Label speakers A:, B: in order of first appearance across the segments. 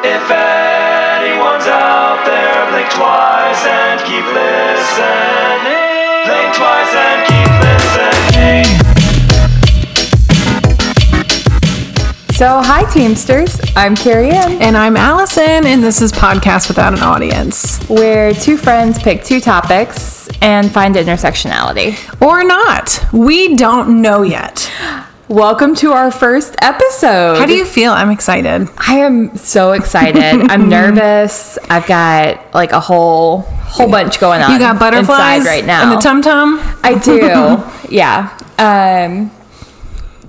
A: If anyone's out there, blink twice and keep listening. Blink twice and keep listening.
B: So, hi, Teamsters. I'm Carrie Ann,
C: And I'm Allison, and this is Podcast Without an Audience.
B: where two friends pick two topics and find intersectionality.
C: Or not. We don't know yet.
B: Welcome to our first episode.
C: How do you feel? I'm excited.
B: I am so excited. I'm nervous. I've got like a whole whole bunch going on.
C: You got butterflies
B: inside right now.
C: and the tum tum.
B: I do. yeah. Um,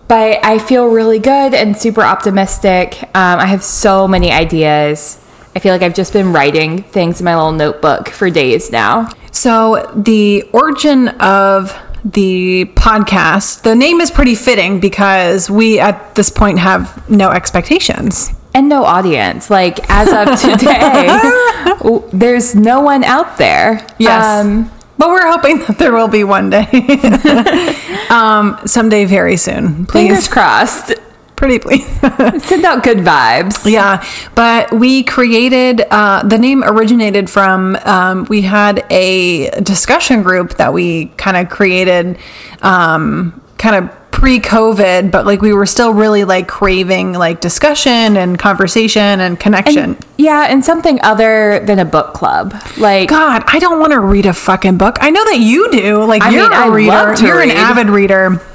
B: but I feel really good and super optimistic. Um, I have so many ideas. I feel like I've just been writing things in my little notebook for days now.
C: So, the origin of the podcast, the name is pretty fitting because we at this point have no expectations.
B: and no audience. Like as of today, w- there's no one out there. Um,
C: but we're hoping that there will be one day. um, someday very soon.
B: fingers
C: Please.
B: crossed.
C: Pretty please.
B: Send out good vibes.
C: Yeah, but we created uh, the name originated from um, we had a discussion group that we kind of created, um, kind of pre-COVID, but like we were still really like craving like discussion and conversation and connection.
B: Yeah, and something other than a book club. Like
C: God, I don't want to read a fucking book. I know that you do. Like
B: I
C: you're
B: mean,
C: a
B: I love
C: reader.
B: to
C: you're
B: read.
C: an avid reader.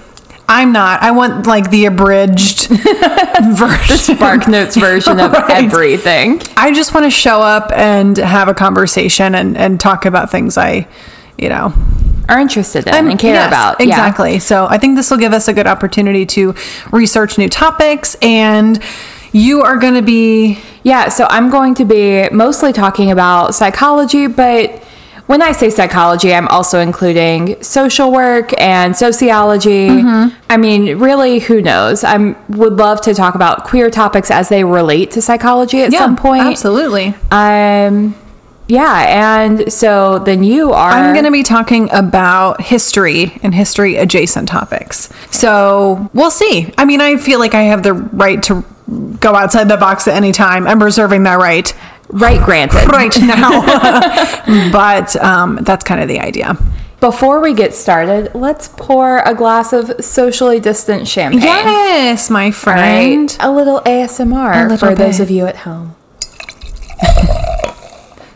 C: I'm not. I want like the abridged version.
B: Bark Notes version of
C: Right.
B: everything.
C: I just want to show up and have a conversation and, and talk about things I, you know,
B: Are interested in and care
C: Yes,
B: about. Yeah.
C: Exactly. So I think this will give us a good opportunity to research new topics. And you are going to be,
B: Yeah, so I'm going to be mostly talking about psychology, but when I say psychology, I'm also including social work and sociology.
C: Mm-hmm.
B: I mean, really, who knows? I would love to talk about queer topics as they relate to psychology at
C: Yeah,
B: some point.
C: Absolutely.
B: Um, yeah, and so then you are.
C: I'm going to be talking about history and history adjacent topics. So we'll see. I mean, I feel like I have the right to go outside the box at any time. I'm reserving that right
B: right granted.
C: right now. but um, that's kind of the idea.
B: Before we get started, let's pour a glass of socially distant champagne.
C: Yes, my friend.
B: A little ASMR
C: A little
B: for those
C: bit.
B: of you at home.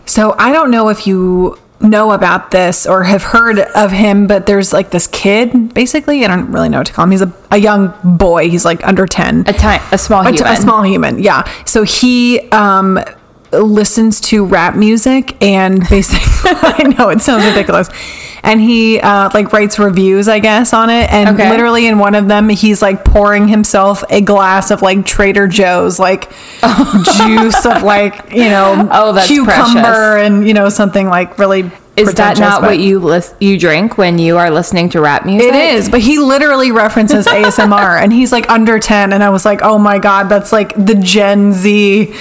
C: So I don't know if you know about this or have heard of him, but there's like this kid, basically. I don't really know what to call him. He's a, a young boy. He's like under 10.
B: A ti- a small
C: A t-
B: human.
C: a small human, yeah. So he um, listens to rap music and basically, I know it sounds ridiculous. And he uh, like writes reviews, I guess, on it. And
B: Okay.
C: literally in one of them, he's like pouring himself a glass of like Trader Joe's, like juice of like, you know,
B: Oh, that's
C: cucumber
B: precious.
C: and you know something like really
B: Is that
C: pretentious,
B: not
C: but-
B: what you lis- you drink when you are listening to rap music?
C: It is, but he literally references ASMR and he's like under 10 and I was like, "Oh my god, that's like the Gen Z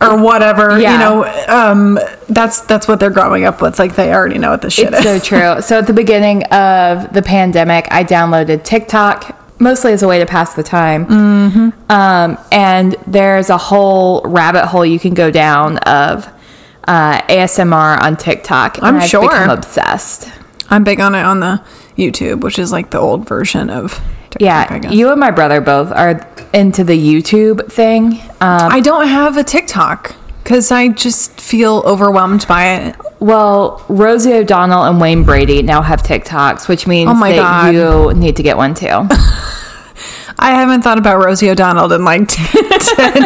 C: or whatever,
B: Yeah.
C: you know, um that's that's what they're growing up with. Like they already know what this shit
B: It's
C: is.
B: so true. So at the beginning of the pandemic, I downloaded TikTok mostly as a way to pass the time. Mm-hmm. Um, and there's a whole rabbit hole you can go down of uh, ASMR on TikTok. and
C: I'm
B: I've
C: sure.
B: become obsessed.
C: I'm big on it on the YouTube, which is like the old version of TikTok, I
B: Yeah,
C: guess.
B: you and my brother both are into the YouTube thing. Um,
C: I don't have a TikTok cuz I just feel overwhelmed by it.
B: well, Rosie O'Donnell and Wayne Brady now have TikToks, which means
C: Oh my
B: that
C: God.
B: you need to get one too.
C: I haven't thought about Rosie O'Donnell in like 10,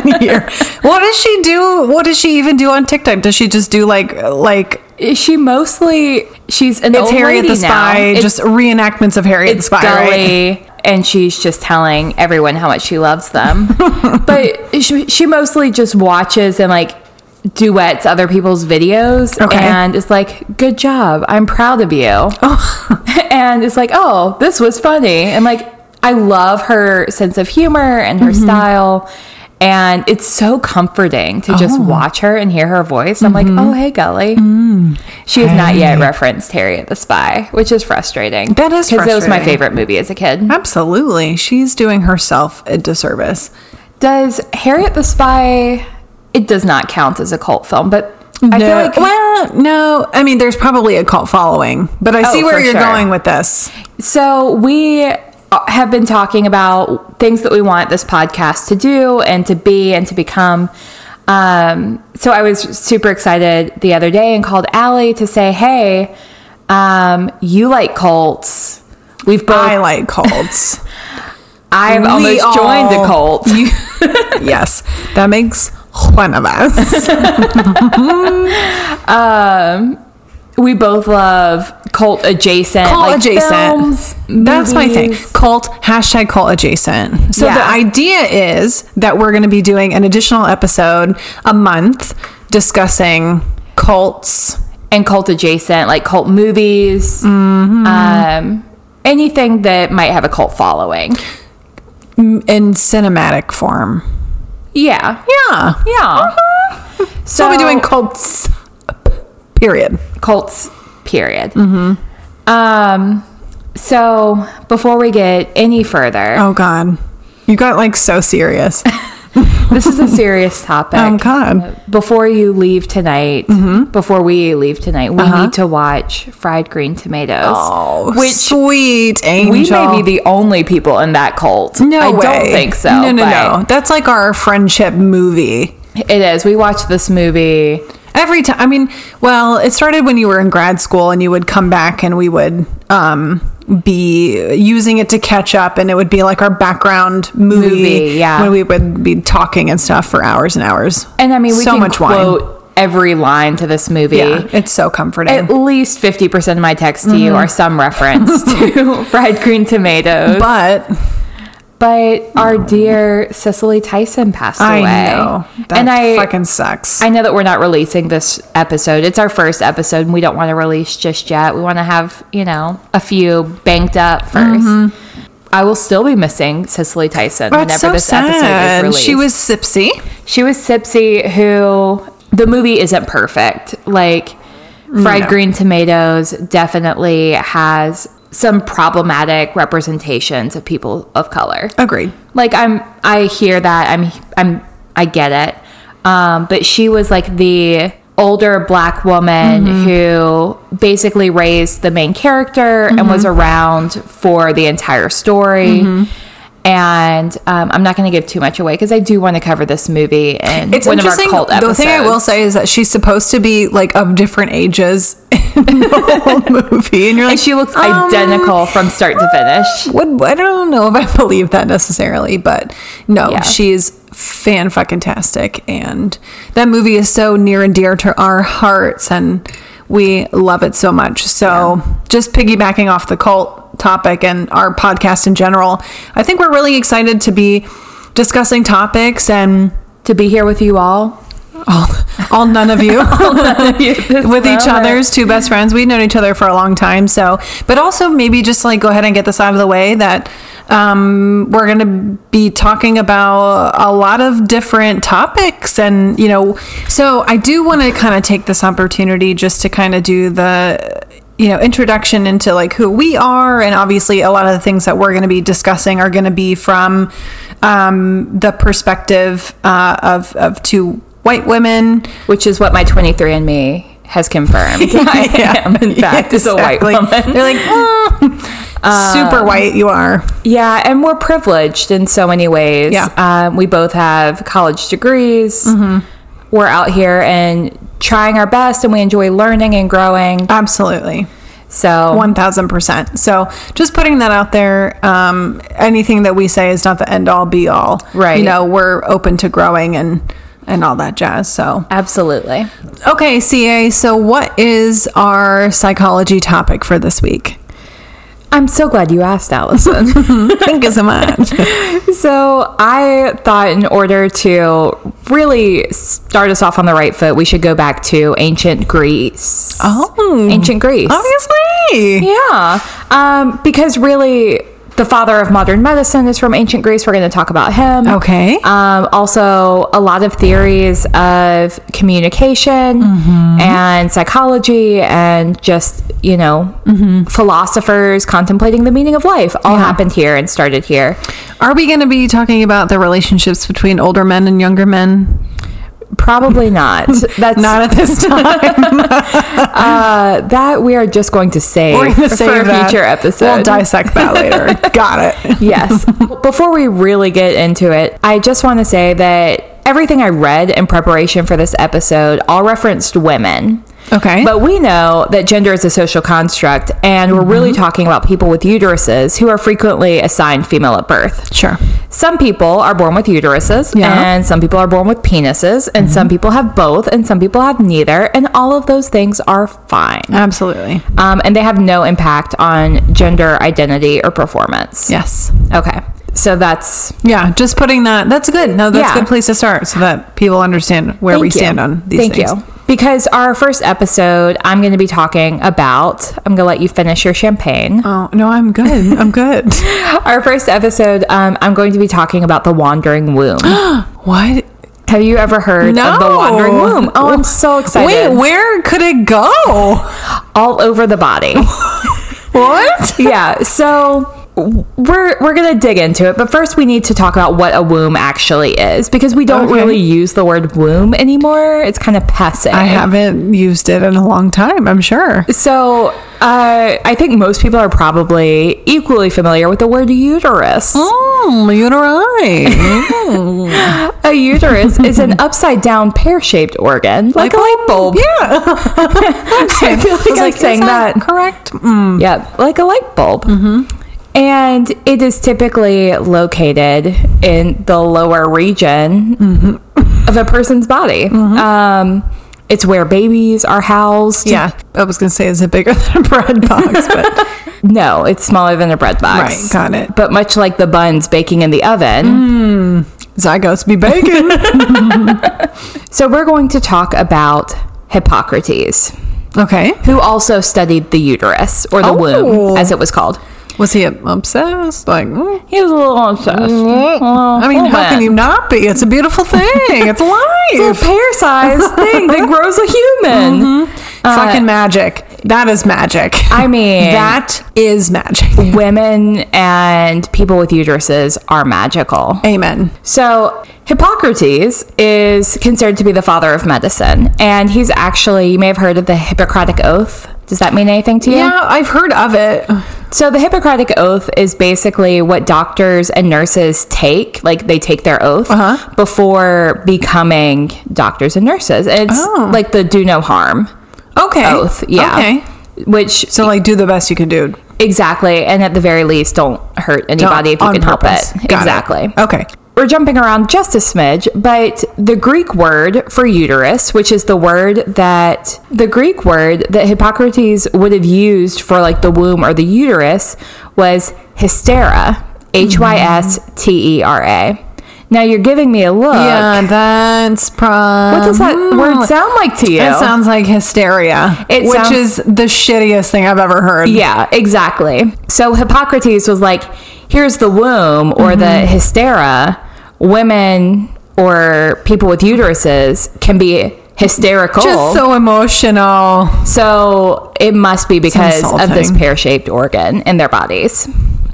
C: 10 years. What does she do? What does she even do on TikTok? Does she just do like like
B: She mostly she's an
C: it's
B: old
C: Harriet
B: lady
C: the Spy,
B: now. It's-
C: just reenactments of Harriet the
B: it's
C: Spy, right?
B: Gully, and she's just telling everyone how much she loves them. but she she mostly just watches and like duets other people's videos
C: Okay.
B: and it's like good job i'm proud of you and it's like oh this was funny and like i love her sense of humor and
C: Mm-hmm.
B: her style and it's so comforting to
C: Oh.
B: just watch her and hear her voice i'm
C: Mm-hmm.
B: like oh hey gully
C: Mm.
B: she has not yet referenced Harriet the Spy, which is frustrating.
C: That is
B: because that was my
C: frustrating.
B: favorite movie as a kid.
C: Absolutely. She's doing herself a disservice.
B: Does Harriet the Spy it does not count as a cult film, but I feel
C: No,
B: like
C: well, no. I mean, there's probably a cult following, but I see
B: Oh,
C: where
B: for
C: you're
B: sure.
C: going with this.
B: So we uh, have been talking about things that we want this podcast to do and to be and to become. Um, so I was super excited the other day and called Allie to say, "Hey, um, you like cults? We've both.
C: I like cults.
B: I've
C: we
B: almost joined
C: all-
B: a cult.
C: You- yes, that makes one of us.
B: We both love cult adjacent,
C: Cult
B: like,
C: adjacent.
B: films,
C: That's my thing.
B: movies.
C: Cult hashtag cult adjacent. So the
B: Yeah.
C: idea is that we're going to be doing an additional episode a month discussing cults.
B: and cult adjacent, like cult movies,
C: Mm-hmm.
B: um, anything that might have a cult following.
C: in cinematic form.
B: Yeah,
C: Yeah.
B: yeah.
C: Uh-huh. So, we'll be doing cults. Period.
B: cults. Period.
C: Mm-hmm.
B: Um. So before we get any further,
C: Oh God, you got like so serious.
B: this is a serious topic.
C: Oh
B: uh,
C: God.
B: before you leave tonight,
C: Mm-hmm.
B: before we leave tonight, we need to watch Fried Green Tomatoes,
C: Uh-huh. Oh,
B: which
C: sweet angel.
B: we may be the only people in that cult.
C: no
B: I
C: way.
B: don't think so.
C: No, no,
B: but
C: no. That's like our friendship movie.
B: It is. We watched this movie.
C: Every time, I mean, well, it started when you were in grad school and you would come back and we would um, be using it to catch up and it would be like our background movie,
B: Movie, yeah.
C: when we would be talking and stuff for hours and hours.
B: And I mean, we
C: so
B: can
C: much
B: quote
C: wine.
B: every line to this movie.
C: Yeah, it's so comforting.
B: At least 50% of my texts to you are some reference to fried green tomatoes. But,
C: but
B: our dear Cicely Tyson passed
C: I
B: away.
C: know that
B: and I
C: fucking sucks.
B: I know that we're not releasing this episode. It's our first episode and we don't want to release just yet. We want to have, you know, a few banked up 1st I will still be missing Cicely Tyson
C: That's so sad. She was sipsy.
B: She was Sipsy, who the movie isn't perfect. Like, Fried Green Tomatoes definitely has some problematic representations of people of color.
C: Agreed.
B: Like, I'm, I hear that. I'm, I'm, I get it. Um, but she was like the older black woman who basically raised the main character and was around for the entire story. And um, I'm not going to give too much away because I do want to cover this movie in
C: It's
B: one of our
C: interesting.
B: cult
C: The
B: episodes.
C: thing I will say is that she's supposed to be like of different ages in the whole movie, and you're like,
B: And she looks
C: um,
B: identical from start to finish.
C: What I don't know if I believe that necessarily, but no,
B: Yeah.
C: she's fan fucking tastic, and that movie is so near and dear to our hearts, and we love it so much. So, just piggybacking off the cult topic and our podcast in general, I think we're really excited to be discussing topics and
B: To be here with you all.
C: all, all none of you with
B: with
C: each other's two best friends. We've known each other for a long time. So, but also maybe just like go ahead and get this out of the way that um, we're going to be talking about a lot of different topics. And, you know, so I do want to kind of take this opportunity just to kind of do the, you know, introduction into like who we are. And obviously, a lot of the things that we're going to be discussing are going to be from um, the perspective uh, of, of two white women
B: Which is what my 23andMe has confirmed. I am, in fact, is a white
C: Exactly.
B: woman. Um,
C: They're like, "Mm, super white you are.
B: Yeah, and we're privileged in so many ways.
C: Yeah.
B: Um, we both have college degrees. We're out here and trying our best, and we enjoy learning and growing.
C: Absolutely.
B: So,
C: 1000%. So just putting that out there, um, anything that we say is not the end all be all.
B: Right.
C: You know, we're open to growing and, and all that jazz. So,
B: absolutely.
C: okay, CA. So what is our psychology topic for this week?
B: I'm so glad you asked, Allison.
C: Thank you so much.
B: So I thought in order to really start us off on the right foot, we should go back to ancient Greece.
C: Oh.
B: ancient Greece.
C: Obviously.
B: Yeah, um, because really, the father of modern medicine is from ancient Greece. We're going to talk about him.
C: Okay.
B: Um, also, a lot of theories of communication
C: Mm-hmm.
B: and psychology, and just you know,
C: Mm-hmm.
B: philosophers contemplating the meaning of life, all happened here and started here.
C: Are we going to be talking about the relationships between older men and younger men?
B: Probably not. That's
C: Not at this time.
B: that we are just going to save,
C: We're gonna
B: for
C: save
B: a
C: that.
B: future episode.
C: We'll dissect that later. Got it.
B: yes. Before we really get into it, I just want to say that everything I read in preparation for this episode all referenced women.
C: Okay.
B: But we know that gender is a social construct, and we're really talking about people with uteruses who are frequently assigned female at birth.
C: sure.
B: Some people are born with uteruses,
C: Yeah.
B: and some people are born with penises, and some people have both, and some people have neither, and all of those things are fine.
C: Absolutely.
B: Um, and they have no impact on gender identity or performance.
C: Yes.
B: Okay. So that's
C: Yeah, just putting that. That's good. No, that's
B: Yeah.
C: a good place to start so that people understand where we
B: Thank you.
C: stand on these
B: Thank
C: things.
B: you. Because our first episode, I'm going to be talking about, I'm going to let you finish your champagne.
C: Oh, no, I'm good. I'm good.
B: Our first episode, um, I'm going to be talking about the wandering womb.
C: what?
B: Have you ever heard of the wandering womb? Oh, I'm so excited.
C: Wait, where could it go?
B: All over the body.
C: What?
B: yeah. So we're we're gonna dig into it, but first we need to talk about what a womb actually is because we don't
C: Okay.
B: really use the word womb anymore. It's kind of passe.
C: I haven't used it in a long time, I'm sure.
B: So uh, I think most people are probably equally familiar with the word uterus.
C: Oh, you and I.
B: A uterus is an upside down pear shaped organ, like, a light bulb.
C: Yeah.
B: I feel like I was
C: like,
B: saying
C: is that,
B: that.
C: correct? Mm. Mm-hmm.
B: Yeah, like a light bulb. And it is typically located in the lower region
C: Mm-hmm.
B: of a person's body. Um, it's where babies are housed.
C: Yeah. I was going to say, is it bigger than a bread box? But
B: No, it's smaller than a bread
C: right,
B: box.
C: got it. Mm.
B: But much like the buns baking in the oven,
C: Zygotes be bacon.
B: so we're going to talk about Hippocrates,
C: okay.
B: who also studied the uterus or the
C: Oh.
B: womb, as it was called.
C: Was he obsessed? Like, mm.
B: He was a little obsessed.
C: I mean, how can you not be? It's a beautiful thing.
B: It's
C: It's
B: a
C: life.
B: pear-sized thing that grows a human.
C: Fucking magic. That is magic.
B: I mean,
C: that is magic.
B: women and people with uteruses are magical.
C: Amen.
B: So, Hippocrates is considered to be the father of medicine, and he's actually, you may have heard of the Hippocratic Oath. Does that mean anything to you?
C: Yeah, I've heard of it.
B: So, the Hippocratic Oath is basically what doctors and nurses take, like they take their oath
C: Uh-huh.
B: before becoming doctors and nurses. It's
C: Oh.
B: like the do no harm
C: Okay.
B: oath. Yeah.
C: Okay.
B: Which
C: So, like, do the best you can do.
B: Exactly. And at the very least, don't hurt
C: Don't-
B: anybody if you
C: on
B: can
C: purpose.
B: help it.
C: Got
B: exactly.
C: Okay.
B: We're jumping around just a smidge, but the Greek word for uterus, which is the word that the Greek word that Hippocrates would have used for like the womb or the uterus was hystera, H Y S T E R A. Now you're giving me a look.
C: Yeah, that's probably.
B: What does that word sound like to you?
C: It sounds like hysteria,
B: It
C: which
B: sounds-
C: is the shittiest thing I've ever heard.
B: Yeah, exactly. So Hippocrates was like, here's the womb or the
C: Mm-hmm.
B: hystera. Women or people with uteruses can be hysterical.
C: Just so emotional.
B: So it must be because of this
C: insulting.
B: pear shaped organ in their bodies.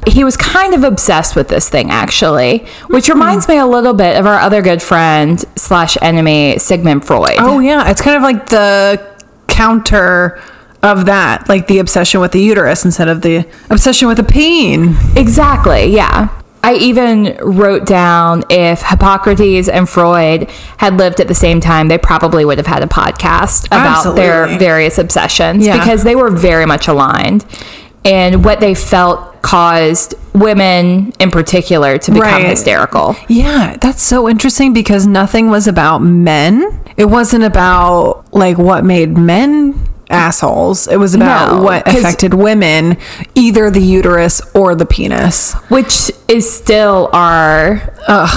B: He was kind of obsessed with this thing, actually, which
C: Hmm.
B: reminds me a little bit of our other good friend slash enemy, Sigmund Freud.
C: Oh yeah, it's kind of like the counter of that, like the obsession with the uterus instead of the obsession with the pain.
B: Exactly, yeah. I even wrote down if Hippocrates and Freud had lived at the same time, they probably would have had a podcast about
C: Absolutely.
B: their various obsessions
C: Yeah.
B: because they were very much aligned and what they felt caused women in particular to become
C: Right.
B: hysterical.
C: Yeah, that's so interesting because nothing was about men. It wasn't about like what made men assholes. It was about
B: No,
C: what
B: 'cause-
C: affected women, either the uterus or the penis.
B: which is still our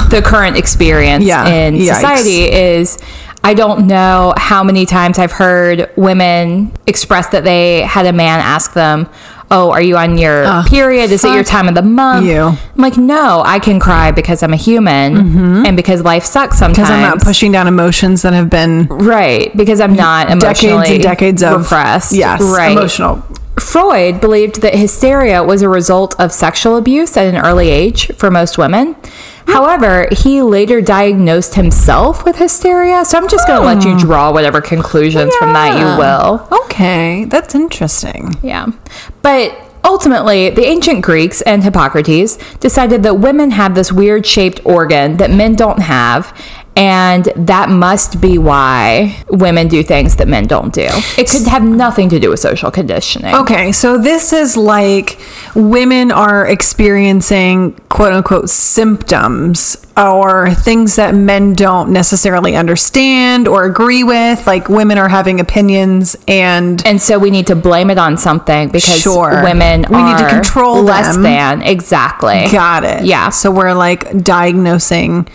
B: the current experience
C: Yeah.
B: in
C: Yikes.
B: society is I don't know how many times I've heard women express that they had a man ask them, "Oh, are you on your period? Is it your
C: fuck
B: time of the month?"
C: you.
B: I'm like, "No, I can cry because I'm a human and because life sucks sometimes."
C: Mm-hmm. Because I'm not pushing down emotions that have been
B: right, because I'm not emotionally
C: decades and decades of
B: repressed.
C: Yes,
B: right.
C: emotional
B: Freud believed that hysteria was a result of sexual abuse at an early age for most women. However, he later diagnosed himself with hysteria. So I'm just going to let you draw whatever conclusions from that you
C: Yeah.
B: will.
C: Okay, that's interesting.
B: Yeah. But ultimately, the ancient Greeks and Hippocrates decided that women have this weird shaped organ that men don't have. And that must be why women do things that men don't do. It could have nothing to do with social conditioning.
C: Okay, so this is like women are experiencing quote unquote symptoms or things that men don't necessarily understand or agree with. Like women are having opinions and
B: And so we need to blame it on something because
C: Sure.
B: women
C: We need to
B: are
C: control
B: less
C: them.
B: than. Exactly.
C: got it.
B: Yeah.
C: So we're like diagnosing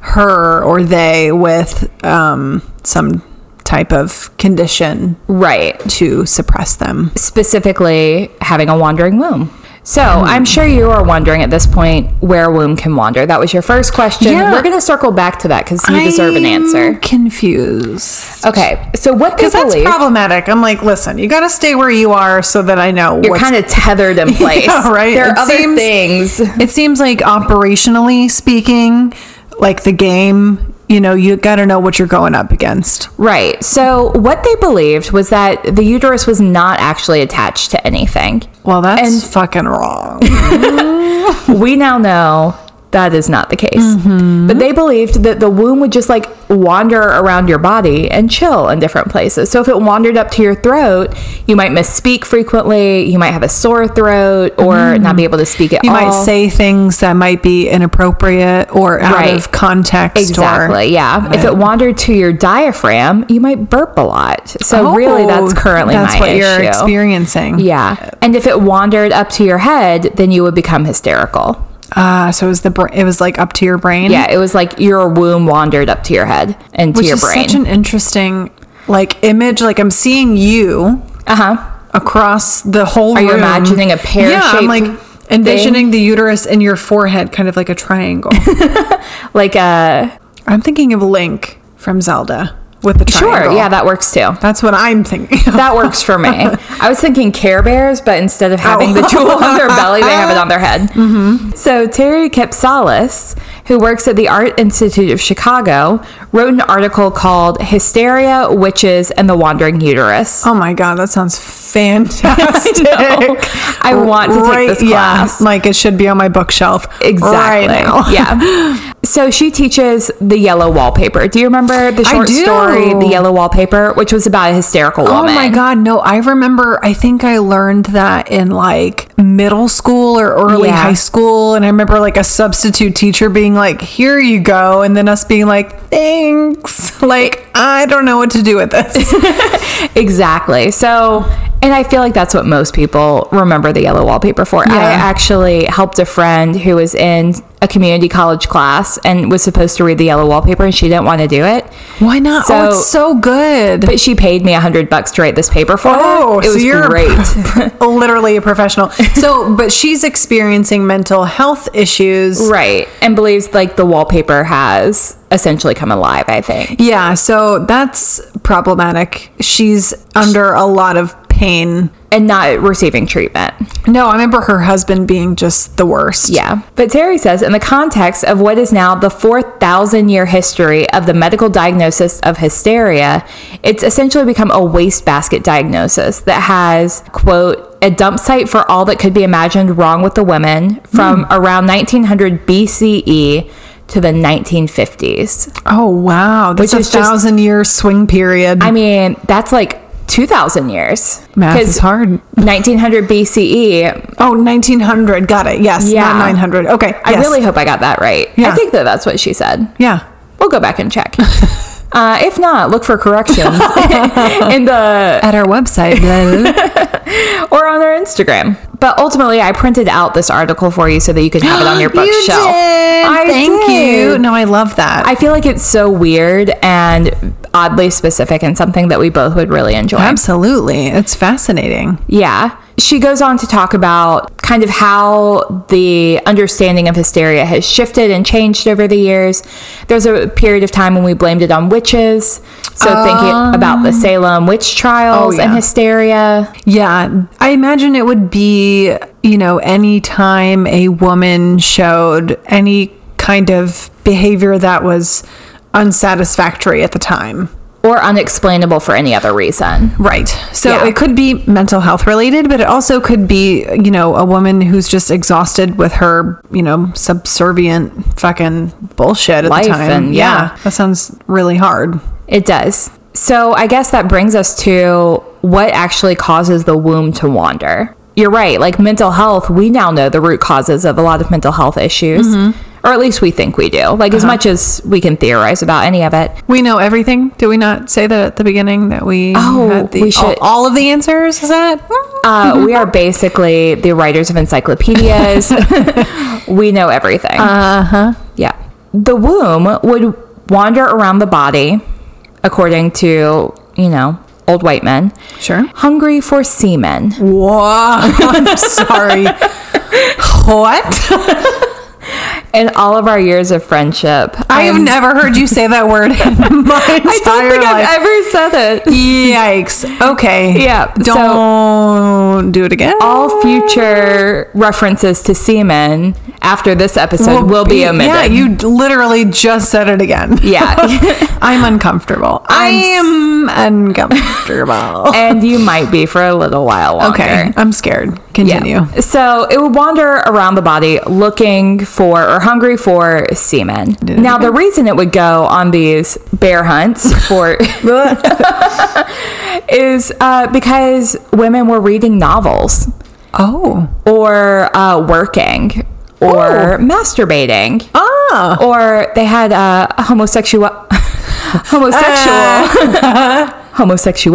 C: her or they with um, some type of condition
B: Right.
C: to suppress them.
B: specifically having a wandering womb. So I'm sure you are wondering at this point where a womb can wander. That was your first question.
C: Yeah.
B: We're going to circle back to that because you deserve an
C: I'm
B: answer.
C: Confused.
B: Okay. So what they
C: Because that's
B: believe,
C: problematic. I'm like, listen, you got to stay where you are so that I know
B: you're kind of tethered in place.
C: Yeah, right?
B: There are
C: It
B: other
C: seems-
B: things.
C: It seems like operationally speaking, like the game, you know, you got to know what you're going up against.
B: Right. So what they believed was that the uterus was not actually attached to anything.
C: Well, that's fucking wrong.
B: we now know that is not the case.
C: Mm-hmm.
B: But they believed that the womb would just like wander around your body and chill in different places. So if it wandered up to your throat, you might misspeak frequently, you might have a sore throat, or not be able to speak at
C: Mm. You
B: all.
C: might say things that might be inappropriate or out
B: Right.
C: of context.
B: Exactly,
C: Or,
B: yeah. If it wandered to your diaphragm, you might burp a lot. So really, that's
C: Oh,
B: currently
C: that's
B: my
C: what you're
B: issue.
C: experiencing.
B: Yeah, and if it wandered up to your head, then you would become hysterical.
C: Uh, so it was the bra- it was like up to your brain.
B: Yeah, it was like your womb wandered up to your head and
C: which
B: to your
C: is
B: brain.
C: such an interesting like image. Like I'm seeing you
B: uh
C: uh-huh.
B: huh.
C: across the whole Are
B: you imagining a pear-shaped
C: Yeah, I'm like envisioning the uterus in your forehead, kind of like a triangle.
B: Like a
C: I'm thinking of Link from Zelda with the triangle.
B: sure, yeah, that works too.
C: that's what I'm thinking. of.
B: That works for me. I was thinking Care Bears, but instead of having
C: Oh.
B: the jewel on their belly, they have it on their head.
C: Mm-hmm.
B: So Terry Kepsalis, who works at the Art Institute of Chicago, wrote an article called "Hysteria, Witches, and the Wandering Uterus."
C: oh my god, that sounds fantastic.
B: I, want to take
C: Right,
B: this
C: yeah,
B: class.
C: like it should be on my bookshelf
B: Exactly.
C: right now.
B: yeah. So she teaches the yellow wallpaper. Do you remember the
C: I
B: short
C: do.
B: story, The Yellow Wallpaper, which was about a hysterical
C: Oh
B: woman?
C: my god, no, I remember I think I learned that in like middle school or early
B: Yeah.
C: high school and I remember like a substitute teacher being like, "Here you go." And then us being like, "Thanks." Like, I don't know what to do with this.
B: Exactly. So, and I feel like that's what most people remember the yellow wallpaper for. I
C: Yeah.
B: actually helped a friend who was in a community college class and was supposed to read the yellow wallpaper and she didn't want to do it.
C: Why not? oh,
B: So-
C: it's so good.
B: But she paid me a hundred bucks to write this paper for
C: Oh,
B: her. It
C: so
B: was
C: you're
B: great.
C: literally a professional. So, but she's experiencing mental health issues.
B: right. And believes like the wallpaper has essentially come alive, I think.
C: Yeah, so that's problematic. She's under a lot of pain.
B: And not receiving treatment.
C: No, I remember her husband being just the worst.
B: Yeah. But Terry says, in the context of what is now the 4,000 year history of the medical diagnosis of hysteria, it's essentially become a wastebasket diagnosis that has, quote, a dump site for all that could be imagined wrong with the women from
C: Hmm.
B: around 1900 BCE E to the 1950s.
C: Oh wow, that's
B: Which
C: a
B: is just-
C: thousand year swing period.
B: I mean, that's like 2,000 years.
C: Math is
B: 'Cause
C: hard.
B: 1900 BCE.
C: oh, 1900. Got it. Yes.
B: Yeah.
C: Not 900. Okay.
B: I
C: yes.
B: really hope I got that right. I
C: Yeah.
B: think that that's what she said.
C: Yeah.
B: We'll go back and check. Uh, if not, look for corrections in the
C: At our website.
B: or on our Instagram. But ultimately, I printed out this article for you so that you could have it on your
C: you did.
B: bookshelf. I
C: Thank you.
B: did.
C: No, I love that.
B: I feel like it's so weird and oddly specific and something that we both would really enjoy.
C: Absolutely. It's fascinating.
B: Yeah. she goes on to talk about kind of how the understanding of hysteria has shifted and changed over the years. There's a period of time when we blamed it on witches. So thinking about the Salem witch trials and
C: yeah.
B: hysteria.
C: Yeah, I imagine it would be, you know, any time a woman showed any kind of behavior that was unsatisfactory at the time.
B: Or unexplainable for any other reason.
C: Right. So
B: Yeah.
C: it could be mental health related, but it also could be, you know, a woman who's just exhausted with her, you know, subservient fucking bullshit at
B: Life
C: the time.
B: and- yeah.
C: That sounds really hard.
B: It does. So I guess that brings us to what actually causes the womb to wander. You're right. Like mental health, we now know the root causes of a lot of mental health issues. Or at least we think we do. Like as much as we can theorize about any of it.
C: We know everything. Did we not say that at the beginning that we
B: Oh,
C: had the,
B: we should-
C: all, all of the answers? Is that?
B: Uh, we are basically the writers of encyclopedias. we know everything. Uh huh. Yeah. The womb would wander around the body, according to, you know, old white men,
C: Sure.
B: hungry for semen.
C: Whoa, I'm sorry. what?
B: In all of our years of friendship,
C: I have
B: I'm-
C: never heard you say that word in my entire
B: I don't think
C: life.
B: I've ever said it.
C: Yikes. Okay.
B: Yeah, so-
C: Don't do it again.
B: All future references to semen after this episode will, be, omitted.
C: Yeah, you literally just said it again.
B: yeah.
C: I'm uncomfortable. I am uncomfortable.
B: and you might be for a little while longer.
C: okay. I'm scared. Continue.
B: Yeah. So it would wander around the body looking for or hungry for semen. Now, the reason it would go on these bear hunts for is uh, because women were reading novels
C: Oh.
B: or uh, working or masturbating
C: Ah.
B: or they had uh, homosexual homosexual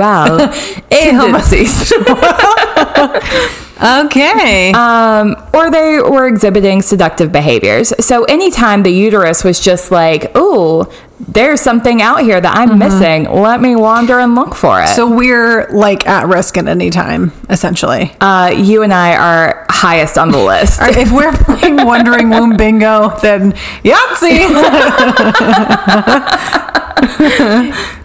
B: homosexual tendencies.
C: Okay.
B: Um, or they were exhibiting seductive behaviors. So anytime the uterus was just like, "Ooh, there's something out here that I'm missing. Let me wander and look for it." So
C: Mm-hmm. so we're like at risk at any time, essentially.
B: uh, you and I are highest on the list.
C: All right, if we're playing Wondering Womb Bingo, then yahtzee.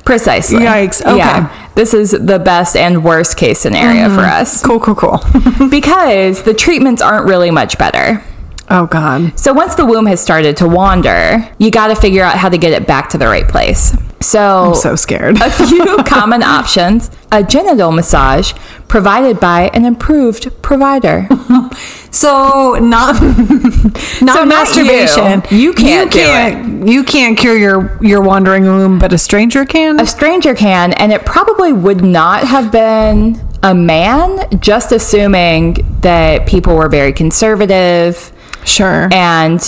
B: Precisely.
C: Yikes, okay. Mm-hmm.
B: This is the best and worst case scenario for us
C: cool, cool, cool.
B: because the treatments aren't really much better.
C: Oh God.
B: So once the womb has started to wander, you got to figure out how to get it back to the right place. So,
C: So scared.
B: a few common options a genital massage provided by an improved provider.
C: So not not masturbation.
B: you. You can't do
C: You can't. You can't cure your your wandering womb, but a stranger can.
B: A stranger can, and it probably would not have been a man, just assuming that people were very conservative.
C: sure.
B: And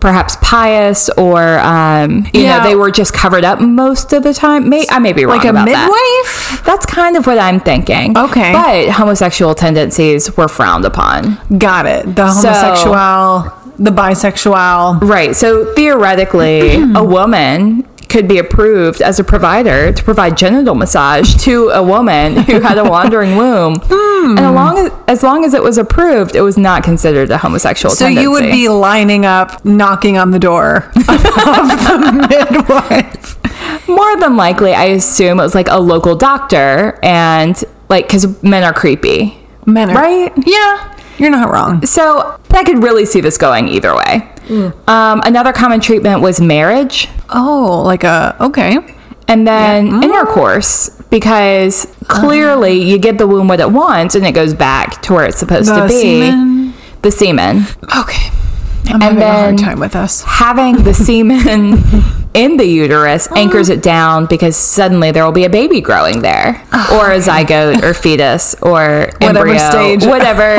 B: perhaps pious, or um, you
C: Yeah.
B: know, they were just covered up most of the time. May I may be wrong
C: like a
B: about
C: midwife.
B: that. That's kind of what I'm thinking.
C: Okay.
B: But homosexual tendencies were frowned upon.
C: Got it. The homosexual, the bisexual.
B: Right. So theoretically, a woman could be approved as a provider to provide genital massage to a woman who had a wandering womb. And along as, long as it was approved, it was not considered a homosexual
C: So you would
B: tendency.
C: be lining up, knocking on the door of the midwife.
B: more than likely, I assume it was like a local doctor and like cuz men are creepy.
C: Men are
B: Right?
C: Yeah, you're not wrong.
B: So I could really see this going either way.
C: Mm.
B: Um, another common treatment was marriage
C: Oh, like a okay.
B: and then intercourse because
C: Uh-huh.
B: clearly you get the womb what it wants and it goes back to where it's supposed
C: The
B: to be.
C: semen?
B: The semen.
C: Okay. I'm having a
B: then-
C: hard time with us.
B: Having the semen in the uterus
C: Oh.
B: anchors it down because suddenly there will be a baby growing there or a zygote or fetus or
C: Oh, Whatever
B: embryo,
C: stage.
B: whatever.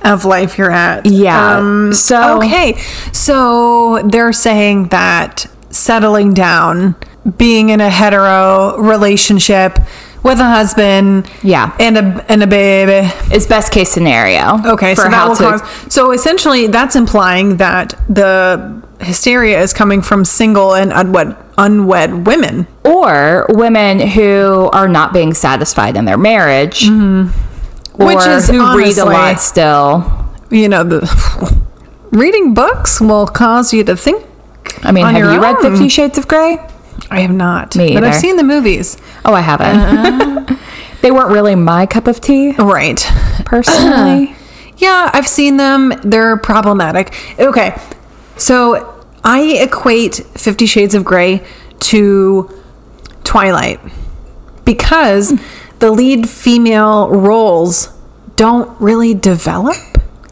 C: Of life you're at. Um,
B: Yeah. so
C: Okay. So they're saying that settling down, being in a hetero relationship with a husband,
B: Yeah.
C: and a and a baby.
B: it's best case scenario.
C: Okay,
B: for
C: so that
B: how
C: will
B: to
C: cause. So essentially, that's implying that the hysteria is coming from single and unwed unwed women.
B: or women who are not being satisfied in their marriage
C: Mm-hmm. Which
B: or
C: is
B: who read a
C: honestly-
B: lot still.
C: You know, the reading books will cause you to think.
B: I mean,
C: On
B: have
C: your
B: you read
C: own.
B: Fifty Shades of Grey?
C: I have not,
B: Me
C: but I've
B: either.
C: seen the movies.
B: Oh, I haven't.
C: Uh-huh.
B: they weren't really my cup of tea,
C: Right.
B: personally.
C: Yeah, I've seen them. They're problematic. Okay. So I equate Fifty Shades of Grey to Twilight because the lead female roles don't really develop.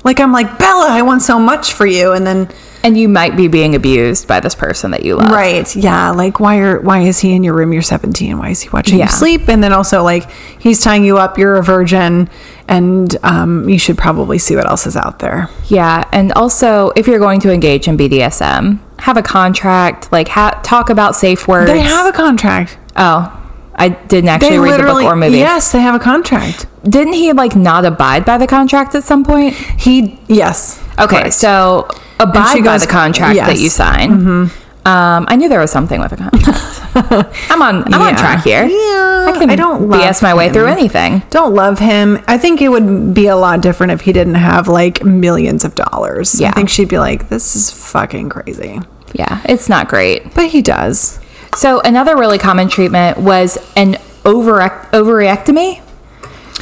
C: Like, I'm like, Bella, I want so much for you. And then,
B: and you might be being abused by this person that you love.
C: right. Yeah. Like, why are, why is he in your room? You're 17. Why is he watching
B: Yeah.
C: you sleep? And then also, like, he's tying you up. You're a virgin. And um, you should probably see what else is out there.
B: Yeah, and also if you're going to engage in BDSM, have a contract. Like, ha- talk about safe words.
C: They have a contract.
B: oh, I didn't
C: They
B: actually read the book
C: literally,
B: or movie.
C: yes, they have a contract.
B: Didn't he like not abide by the contract at some point?
C: He, yes,
B: Okay, so abide by
C: goes-
B: the contract that
C: yes. Mm-hmm.
B: you sign. Um, I knew there was something with a contract. I'm on. I'm on
C: Yeah.
B: track here.
C: Yeah,
B: I can.
C: I don't love
B: BS my way
C: him.
B: through anything.
C: don't love him. I think it would be a lot different if he didn't have like millions of dollars.
B: Yeah.
C: I think she'd be like, "This is fucking crazy,"
B: Yeah, it's not great.
C: but he does.
B: So another really common treatment was an overact- overreectomy.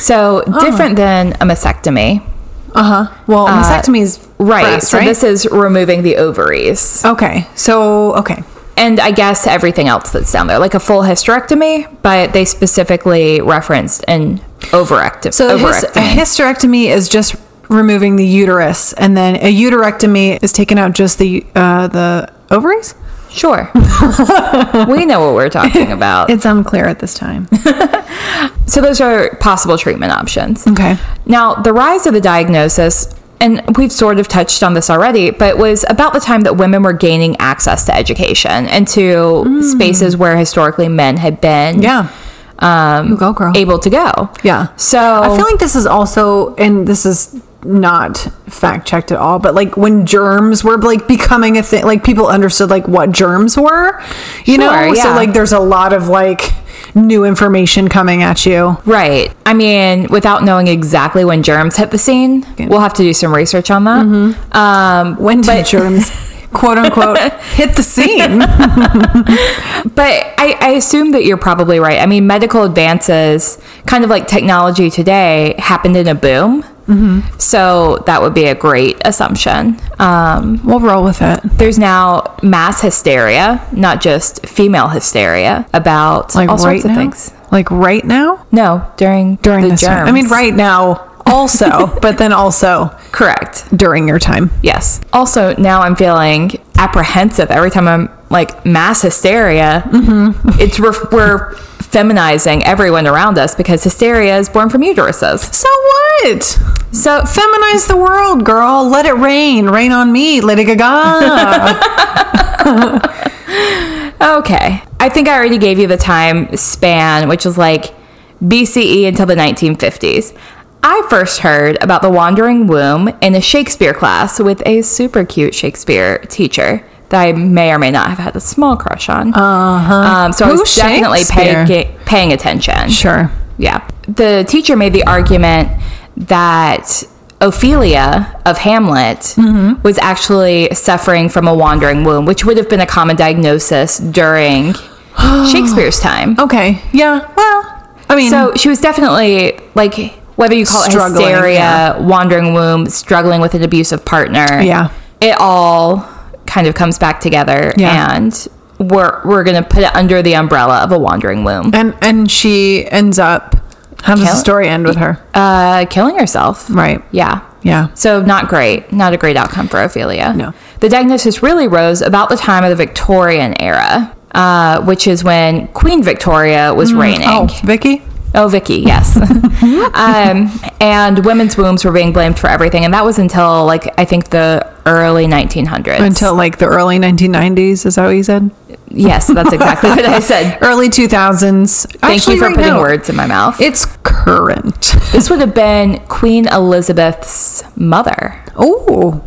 B: So
C: Oh.
B: different than a mastectomy.
C: Uh huh. Well, vasectomies,
B: Uh-huh. Right.
C: breasts,
B: so
C: right?
B: this is removing the ovaries.
C: okay. So okay,
B: And I guess everything else that's down there, like a full hysterectomy, but they specifically referenced an overrectomy.
C: so his, a hysterectomy is just removing the uterus, and then a uterectomy is taking out just the uh, the ovaries.
B: sure. we know what we're talking about.
C: It's unclear at this time.
B: So those are possible treatment options.
C: Okay.
B: Now, the rise of the diagnosis, and we've sort of touched on this already, but was about the time that women were gaining access to education and to spaces where historically men had been
C: Mm. Yeah. Um, go girl.
B: able to go.
C: Yeah.
B: So
C: I feel like this is also, and this is not fact checked at all, but like when germs were like becoming a thing, like people understood like what germs were, you know?
B: Sure,
C: So
B: yeah.
C: like there's a lot of like new information coming at you.
B: Right. I mean, without knowing exactly when germs hit the scene, we'll have to do some research on that.
C: Mm-hmm.
B: Um,
C: When did germs, quote unquote, hit the scene?
B: But I, I assume that you're probably right. I mean, medical advances, kind of like technology today, happened in a boom.
C: Mm-hmm.
B: So that would be a great assumption. Um,
C: We'll roll with it.
B: there's now mass hysteria, not just female hysteria, about
C: Like
B: all
C: right
B: sorts of
C: now?
B: things.
C: Like right now?
B: No, during
C: During
B: the
C: this
B: germs.
C: time. I mean, right now also, but then also
B: Correct.
C: during your time.
B: Yes. Also, now I'm feeling apprehensive every time I'm like mass hysteria.
C: Mm-hmm.
B: It's we're, we're feminizing everyone around us because hysteria is born from uteruses.
C: So what?
B: So
C: Feminize the world, girl. Let it rain. Rain on me, Lady Gaga.
B: okay, I think I already gave you the time span, which is like BCE until the 1950s. I first heard about the wandering womb in a Shakespeare class with a super cute Shakespeare teacher that I may or may not have had a small crush on. Uh-huh. Um, so I
C: Who
B: was definitely pay,
C: Shakespeare?
B: ga- paying attention.
C: sure.
B: Yeah. The teacher made the argument that Ophelia of Hamlet
C: Mm-hmm.
B: was actually suffering from a wandering womb, which would have been a common diagnosis during Shakespeare's time.
C: Okay. Yeah. Oh, Well, I mean,
B: So she was definitely like whether you call it
C: Struggling,
B: hysteria,
C: yeah.
B: wandering womb, struggling with an abusive partner.
C: Yeah.
B: It all kind of comes back together
C: Yeah.
B: and we're we're going to put it under the umbrella of a wandering womb.
C: and and she ends up. How does the
B: Kill-
C: story end with her?
B: Uh killing herself.
C: Right.
B: Yeah.
C: Yeah.
B: So not great. Not a great outcome for Ophelia.
C: No.
B: The diagnosis really rose about the time of the Victorian era, uh, which is when Queen Victoria was reigning.
C: Oh, Vicky.
B: Oh, Vicky, yes. um, and women's wombs were being blamed for everything, and that was until like I think the early 1900s.
C: Until like the early 1990s, is that what you said?
B: yes, that's exactly what I said.
C: Early 2000s.
B: Thank
C: Actually,
B: you for
C: right
B: putting
C: now,
B: words in my mouth.
C: It's current.
B: this would have been Queen Elizabeth's mother.
C: Oh,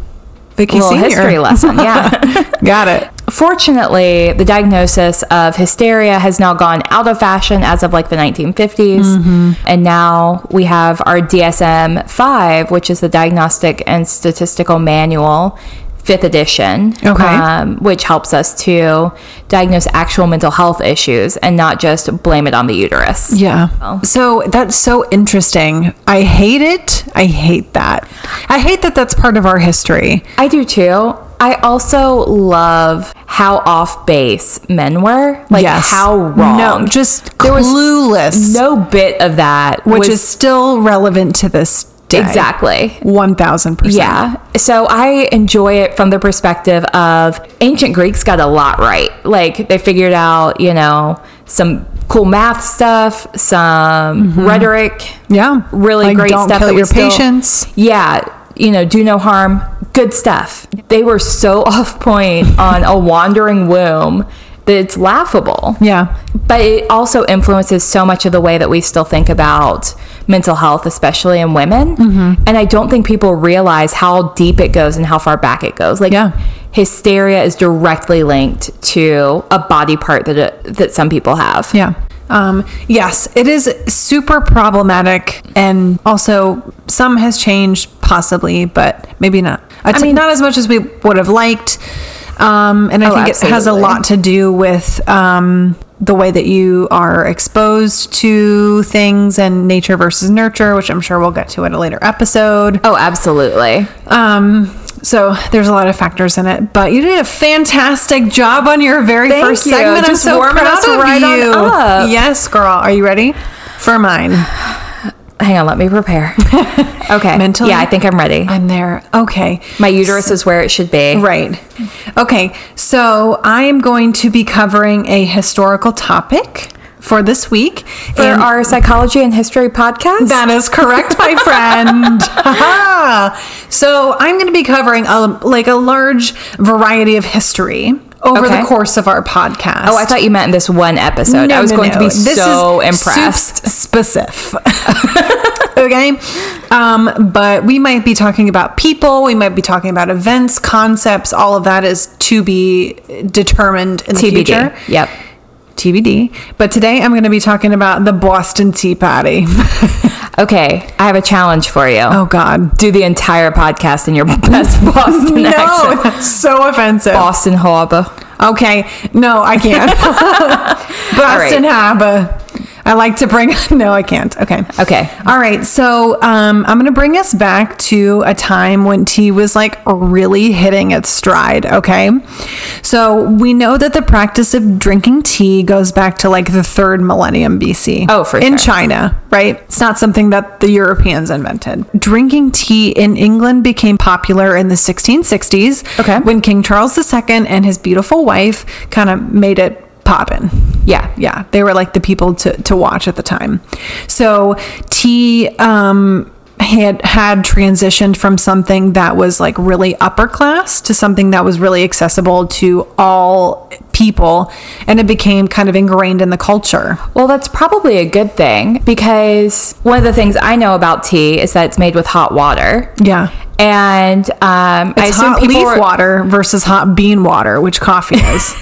C: Vicky
B: Little
C: Senior.
B: history lesson, yeah.
C: Got it.
B: Fortunately, the diagnosis of hysteria has now gone out of fashion as of like the 1950s.
C: Mm-hmm.
B: And now we have our DSM 5, which is the Diagnostic and Statistical Manual, fifth edition,
C: Okay.
B: um, which helps us to diagnose actual mental health issues and not just blame it on the uterus.
C: Yeah. So that's so interesting. I hate it. I hate that. I hate that that's part of our history.
B: I do too. I also love how off base men were. Like
C: yes.
B: how wrong.
C: No, just clueless,
B: no bit of that.
C: which
B: was-
C: is still relevant to this day.
B: exactly.
C: 1000%.
B: Yeah. So I enjoy it from the perspective of ancient Greeks got a lot right. Like they figured out, you know, some cool math stuff, some rhetoric.
C: Mm-hmm. Yeah.
B: Really
C: Like,
B: great
C: don't
B: stuff.
C: kill
B: that we
C: your
B: still-
C: patients.
B: yeah. You know, do no harm. Good stuff. They were so off point on a wandering womb that it's laughable.
C: Yeah.
B: But it also influences so much of the way that we still think about mental health, especially in women.
C: Mm-hmm.
B: And I don't think people realize how deep it goes and how far back it goes. Like,
C: Yeah.
B: hysteria is directly linked to a body part that uh, that some people have.
C: Yeah. Um, yes, it is super problematic, and also some has changed, possibly, but maybe not. I
B: mean-
C: mean, not as much as we would have liked. Um, and I
B: Oh,
C: think it has a
B: absolutely.
C: lot to do with um, the way that you are exposed to things and nature versus nurture, which I'm sure we'll get to at a later episode.
B: Oh, absolutely.
C: Um, so there's a lot of factors in it, but you did a fantastic job on your very
B: Thank
C: first
B: you.
C: segment.
B: Just
C: I'm so
B: warming
C: proud
B: us
C: of
B: right on
C: you.
B: up.
C: Yes, girl. Are you ready for mine?
B: Hang on, let me prepare. Okay.
C: Mentally?
B: Yeah, I think I'm ready.
C: I'm there. Okay.
B: My uterus is where it should be.
C: Right. Okay. So I am going to be covering a historical topic for this week.
B: For
C: and
B: our psychology and history podcast.
C: That is correct, my friend. Ha-ha. so I'm going to be covering a, like a large variety of history over
B: Okay.
C: the course of our podcast.
B: Oh, I thought you meant in this one episode. I was going to be so impressed.
C: Specific. okay. Um, but we might be talking about people. We might be talking about events, concepts. All of that is to be determined in the
B: TBD.
C: future.
B: Yep.
C: TBD. But today I'm going to be talking about the Boston Tea Party.
B: Okay, I have a challenge for you.
C: oh, God.
B: Do the entire podcast in your best Boston
C: No,
B: accent.
C: that's so offensive.
B: Boston Harbor.
C: Okay, no, I can't. Boston Harbor. I like to bring. No, I can't. Okay.
B: Okay.
C: All right. So um, I'm going to bring us back to a time when tea was like really hitting its stride. Okay. So we know that the practice of drinking tea goes back to like the third millennium BC.
B: Oh, for
C: in
B: sure.
C: China, right? It's not something that the Europeans invented. Drinking tea in England became popular in the 1660s.
B: Okay.
C: When King Charles II and his beautiful wife kind of made it poppin'.
B: Yeah.
C: Yeah. They were like the people to, to watch at the time. So tea um, had had transitioned from something that was like really upper class to something that was really accessible to all people. And it became kind of ingrained in the culture.
B: Well, that's probably a good thing because one of the things I know about tea is that it's made with hot water.
C: Yeah.
B: And um, I
C: It's
B: assume
C: hot
B: people
C: leaf
B: were-
C: water versus hot bean water, which coffee is.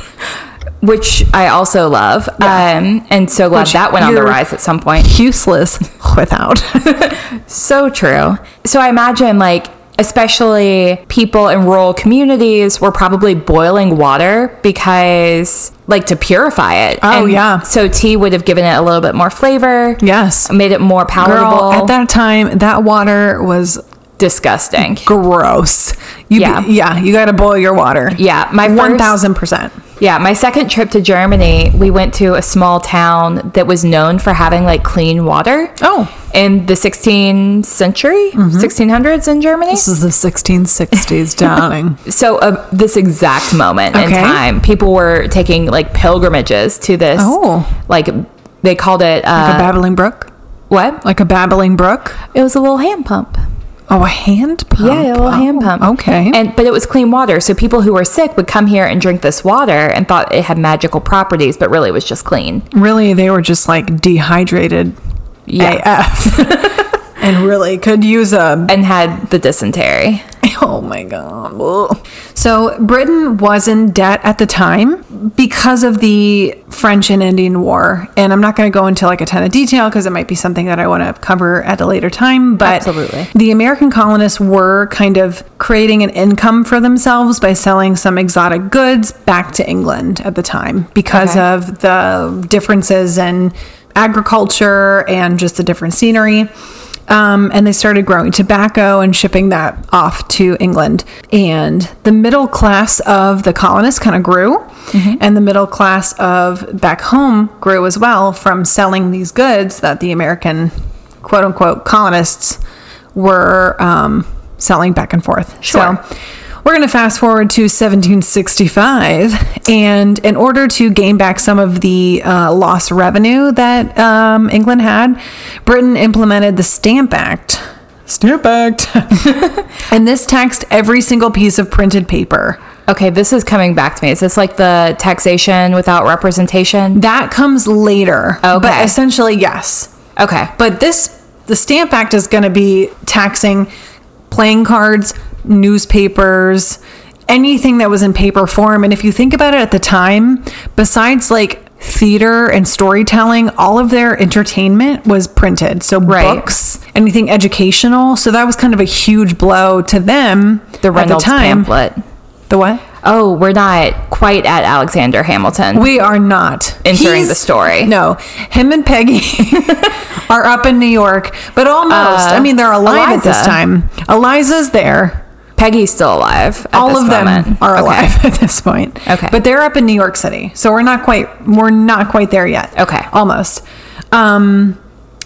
B: which I also love, um, and so glad
C: Which
B: that went on the
C: you're-
B: rise at some point.
C: Useless without.
B: So true. So I imagine, like, especially people in rural communities were probably boiling water because, like, to purify it.
C: Oh, yeah.
B: So tea would have given it a little bit more flavor.
C: Yes.
B: Made it more palatable.
C: Girl, at that time, that water was
B: Disgusting.
C: gross. You
B: Yeah.
C: yeah. yeah, you got to boil your water.
B: Yeah. My first,
C: 1000%.
B: Yeah. My second trip to Germany, we went to a small town that was known for having, like, clean water.
C: Oh. Mm-hmm.
B: In the 16th century, 1600s in Germany.
C: This is the 1660s, Downing.
B: so uh, this exact moment in
C: Okay.
B: time people were taking like pilgrimages to this
C: Oh.
B: like they called it
C: like a
B: uh,
C: babbling brook?
B: what
C: Like a babbling brook?
B: it was a little hand pump
C: Oh, a hand pump.
B: yeah a little
C: Oh,
B: hand pump
C: Okay.
B: and but it was clean water so people who were sick would come here and drink this water and thought it had magical properties but really it was just clean
C: really, they were just like dehydrated
B: Yeah.
C: AF. and really could use a
B: and had the dysentery.
C: oh my god. Ugh. So Britain was in debt at the time because of the French and Indian War, and I'm not going to go into like a ton of detail because it might be something that I want to cover at a later time. But
B: Absolutely.
C: the American colonists were kind of creating an income for themselves by selling some exotic goods back to England at the time because
B: Okay.
C: of the differences in agriculture and just the different scenery. Um, and they started growing tobacco and shipping that off to England. And the middle class of the colonists kind of grew, and the middle class of back home grew as well from selling these goods that the American quote unquote colonists were um, selling back and forth.
B: Sure.
C: So we're going to fast forward to 1765. And in order to gain back some of the uh, lost revenue that um, England had, Britain implemented the Stamp Act. Stamp Act. and this taxed every single piece of printed paper.
B: Okay, this is coming back to me. Is this like the taxation without representation?
C: That comes later.
B: Okay.
C: But essentially, yes.
B: Okay.
C: But this, the Stamp Act is going to be taxing playing cards, newspapers, anything that was in paper form. And if you think about it at the time, besides like theater and storytelling, all of their entertainment was printed. So
B: Right.
C: books, anything educational. So that was kind of a huge blow to them
B: The Reynolds
C: at the time.
B: pamphlet.
C: The what?
B: Oh, we're not quite at Alexander Hamilton.
C: We are not
B: Entering
C: He's-
B: the story.
C: No, him and Peggy are up in New York, but almost. I mean, they're alive at this
B: Uh, Eliza.
C: time. Eliza's there.
B: Peggy's still alive. at
C: All
B: this
C: of them
B: moment.
C: are
B: Okay.
C: alive at this point.
B: Okay.
C: but they're up in New York City, so we're not quite we're not quite there yet.
B: Okay.
C: almost. Um,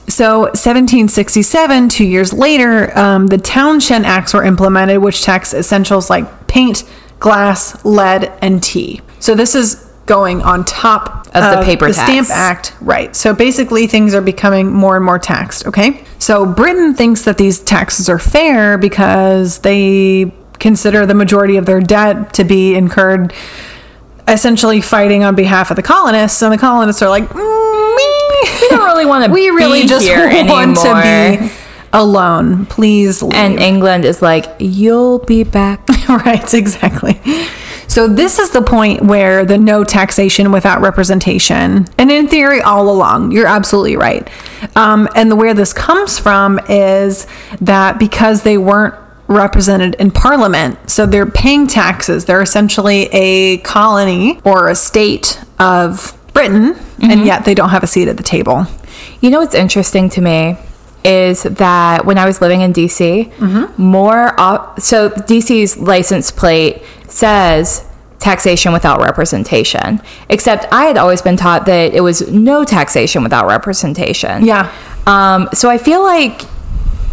C: so 1767, two years later, um, the Townshend Acts were implemented, which tax essentials like paint, glass, lead, and tea. So this is going on top
B: Of the paper
C: the Stamp
B: tax.
C: Act, right? So basically, things are becoming more and more taxed. Okay, so Britain thinks that these taxes are fair because they consider the majority of their debt to be incurred essentially fighting on behalf of the colonists and the colonists are like "Mm, we,
B: don't really wanna
C: we really
B: be
C: just
B: here
C: want to
B: anymore."
C: be alone please leave.
B: And England is like, you'll be back.
C: right, exactly. So this is the point where the no taxation without representation, and in theory, all along, you're absolutely right. Um, and the where this comes from is that because they weren't represented in parliament, so they're paying taxes. They're essentially a colony or a state of Britain,
B: Mm-hmm.
C: and yet they don't have a seat at the table.
B: You know what's interesting to me is that when I was living in DC,
C: Mm-hmm.
B: more op- so DC's license plate says taxation without representation. Except I had always been taught that it was no taxation without representation.
C: Yeah.
B: Um, so I feel like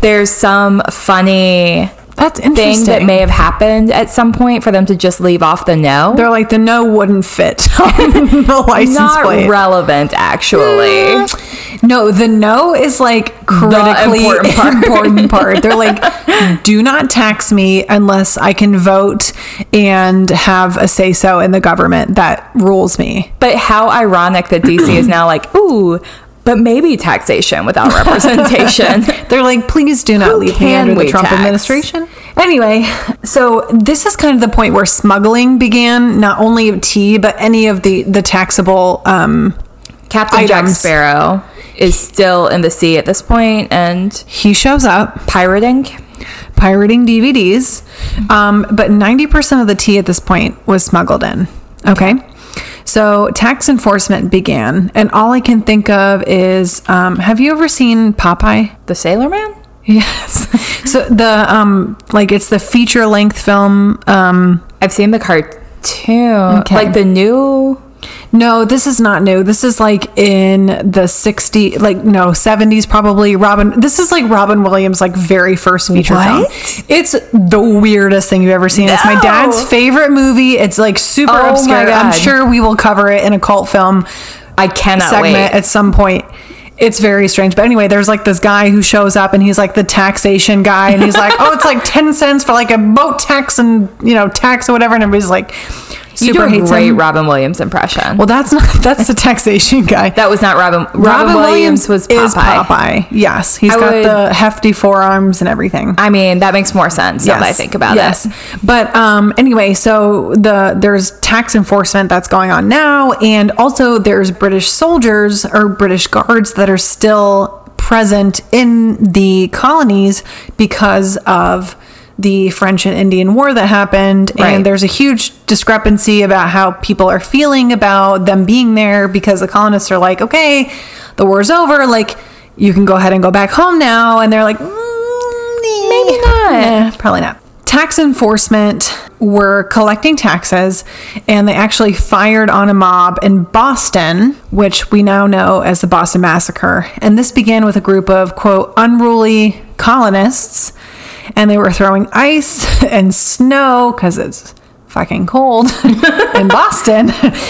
B: there's some funny
C: That's
B: thing
C: interesting.
B: that may have happened at some point for them to just leave off the no.
C: they're like the no wouldn't fit on the license
B: not
C: plate.
B: relevant actually.
C: No, the no is like critically important
B: important
C: part.
B: part.
C: They're like, do not tax me unless I can vote and have a say so in the government that rules me.
B: But how ironic that DC is now like, ooh, but maybe taxation without representation.
C: They're like, please do not leave me
B: can
C: under the
B: we
C: Trump
B: tax?
C: administration. Anyway, so this is kind of the point where smuggling began, not only of tea, but any of the, the taxable um,
B: Captain Jack
C: Items.
B: Sparrow is still in the sea at this point and
C: he shows up.
B: pirating.
C: pirating DVDs. Um, but 90% of the tea at this point was smuggled in. Okay. So tax enforcement began. And all I can think of is um, have you ever seen Popeye?
B: The Sailor Man?
C: Yes. so the, um, like, it's the feature length film. Um,
B: I've seen the cartoon.
C: Okay.
B: Like the new
C: no, this is not new. This is like in the 60, like, no, 70s probably. Robin, this is like Robin Williams' like very first feature
B: What?
C: film. It's the weirdest thing you've ever seen. It's my
B: No.
C: dad's favorite movie. It's like super
B: Oh my
C: obscure. I'm
B: God.
C: sure we will cover it in a cult film
B: I cannot
C: segment
B: wait.
C: at some point. It's very strange. But anyway, there's like this guy who shows up and he's like the taxation guy and he's like, oh, it's like 10 cents for like a boat tax and, you know, tax or whatever. And everybody's like,
B: You
C: super
B: do a
C: hates
B: great
C: him.
B: Robin Williams impression.
C: well, that's not that's the taxation guy.
B: that was not Robin. Robin, Williams, was Popeye.
C: is Popeye. Yes, he's
B: I
C: got
B: would-
C: the hefty forearms and everything.
B: I mean, that makes more sense now that I think about it.
C: Yes. But um, anyway, so the there's tax enforcement that's going on now, and also there's British soldiers or British guards that are still present in the colonies because of the French and Indian War that happened,
B: Right.
C: and there's a huge discrepancy about how people are feeling about them being there because the colonists are like, okay, the war's over, like you can go ahead and go back home now, and they're like, "Mm,
B: Maybe not.
C: Eh, probably not. Tax enforcement were collecting taxes and they actually fired on a mob in Boston, which we now know as the Boston Massacre. And this began with a group of, quote, unruly colonists, and they were throwing ice and snow because it's fucking cold in Boston.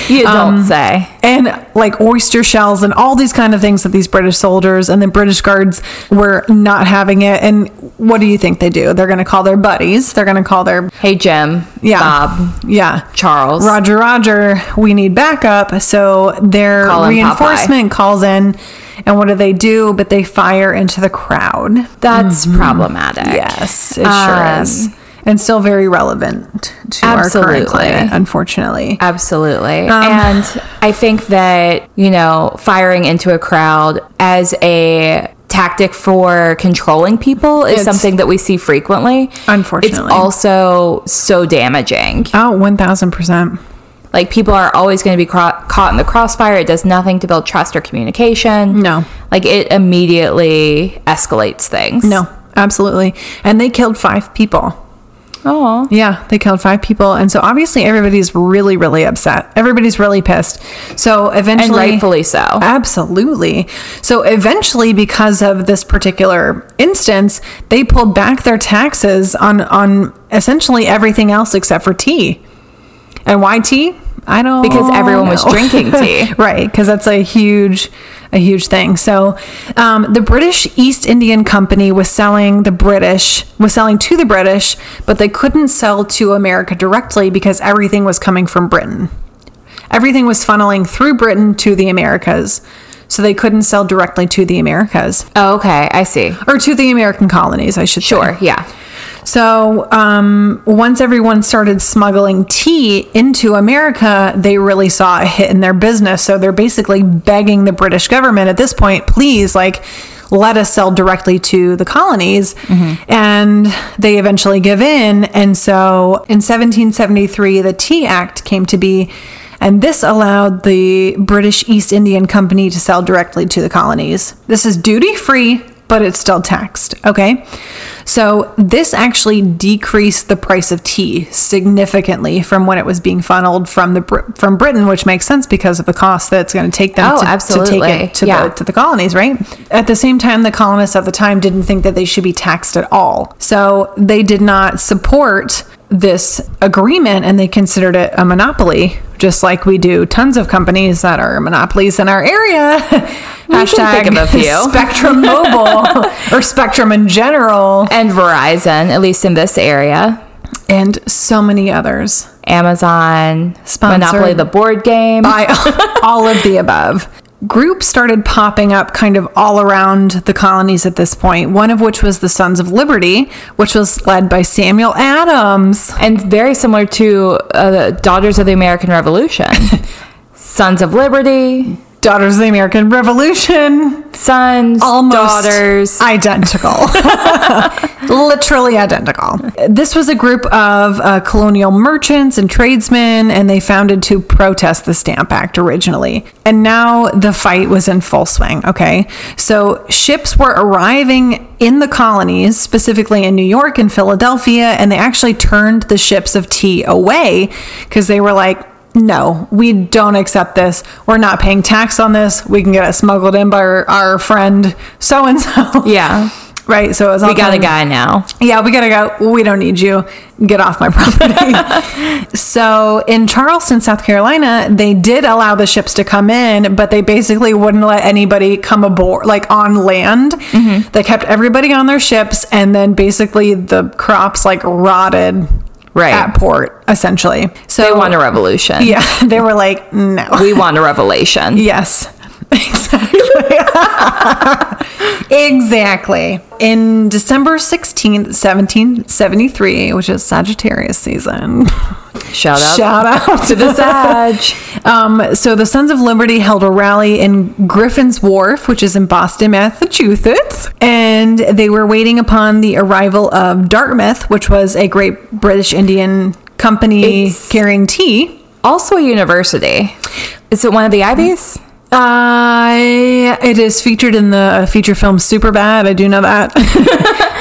B: You don't
C: Um,
B: say.
C: and like oyster shells and all these kind of things that these British soldiers and the British guards were not having it. And what do you think they do? They're going to call their buddies. They're going to call their
B: Hey, Jim.
C: yeah,
B: Bob.
C: yeah,
B: Charles.
C: Roger, Roger. We need backup. So their
B: Call in
C: reinforcement calls in, and what do they do? But they fire into the crowd.
B: That's problematic.
C: Mm-hmm. Yes, it sure
B: Um,
C: is, and still very relevant to our
B: Absolutely.
C: current climate, unfortunately.
B: Absolutely.
C: Um,
B: and I think that, you know, firing into a crowd as a tactic for controlling people is
C: It's-
B: something that we see frequently.
C: Unfortunately.
B: It's also so damaging.
C: Oh, one thousand percent.
B: Like people are always going to be cro- caught in the crossfire. It does nothing to build trust or communication.
C: No.
B: Like it immediately escalates things.
C: No, absolutely. And they killed five people.
B: Oh.
C: Yeah, they killed five people. And so obviously everybody's really, really upset. Everybody's really pissed. So eventually.
B: And rightfully so.
C: Absolutely. So eventually, because of this particular instance, they pulled back their taxes on, on essentially everything else except for tea. And why tea? I don't
B: Because everyone was
C: know.
B: drinking tea.
C: right because that's a huge a huge thing so um, the british east indian company was selling the british was selling to the british but they couldn't sell to america directly because everything was coming from britain everything was funneling through britain to the americas so they couldn't sell directly to the americas
B: Oh, okay. I see.
C: or to the american colonies i should say.
B: Sure. Yeah.
C: So um, once everyone started smuggling tea into America, they really saw a hit in their business. So they're basically begging the British government at this point, please, like, let us sell directly to the colonies. And they eventually give in. And so in 1773, the Tea Act came to be. And this allowed the British East Indian Company to sell directly to the colonies. This is duty free, but it's still taxed. Okay. So this actually decreased the price of tea significantly from when it was being funneled from the Br- from Britain, which makes sense because of the cost that it's going to take them
B: Oh,
C: to, to take
B: absolutely.
C: it to,
B: Yeah.
C: the, to the colonies, right? At the same time, the colonists at the time didn't think that they should be taxed at all. So they did not support this agreement and they considered it a monopoly, just like we do tons of companies that are monopolies in our area.
B: can think of a few.
C: Spectrum Mobile or Spectrum in general,
B: And Verizon, at least in this area.
C: and so many others.
B: Amazon,
C: Sponsored
B: Monopoly the board game.
C: by all of the above. Groups started popping up kind of all around the colonies at this point, one of which was the Sons of Liberty, which was led by Samuel Adams.
B: and very similar to uh, the Daughters of the American Revolution. Sons of Liberty,
C: Daughters of the American Revolution,
B: sons,
C: almost
B: daughters.
C: identical. Literally identical. This was a group of uh, colonial merchants and tradesmen, and they founded to protest the Stamp Act originally. And now the fight was in full swing, okay? So ships were arriving in the colonies, specifically in New York and Philadelphia, and they actually turned the ships of tea away because they were like, no, we don't accept this. We're not paying tax on this. We can get it smuggled in by our, our friend so and so.
B: yeah.
C: Right. So it was all
B: We got a
C: kind of-
B: guy now.
C: Yeah, we gotta go. We don't need you. Get off my property. so in Charleston, South Carolina, they did allow the ships to come in, but they basically wouldn't let anybody come aboard, like on land.
B: Mm-hmm.
C: They kept everybody on their ships, and then basically the crops like rotted
B: Right.
C: at port, essentially. So
B: They want a revolution.
C: yeah, they were like, no.
B: We want a revelation.
C: Yes. Exactly. exactly. In December 16th, 1773, which is Sagittarius season.
B: Shout out
C: Shout out
B: to the Sag.
C: Um, so the Sons of Liberty held a rally in Griffin's Wharf, which is in Boston, Massachusetts, and they were waiting upon the arrival of Dartmouth, which was a great British Indian company
B: It's-
C: carrying tea.
B: also a university. Is it one of the Ivies?
C: Uh, it is featured in the uh, feature film Superbad. I do know that.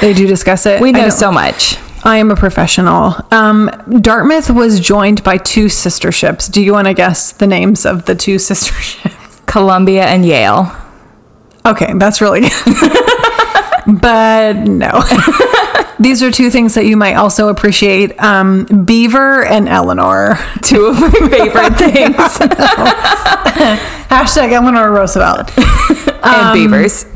C: they do discuss it.
B: We
C: I
B: know
C: don't-
B: so much.
C: I am a professional. Um, Dartmouth was joined by two sister ships. Do you want to guess the names of the two sister ships?
B: Columbia and Yale.
C: Okay, that's really good. but no. These are two things that you might also appreciate um, Beaver and Eleanor.
B: Two of my favorite things.
C: Hashtag Eleanor Roosevelt. Um,
B: and beavers.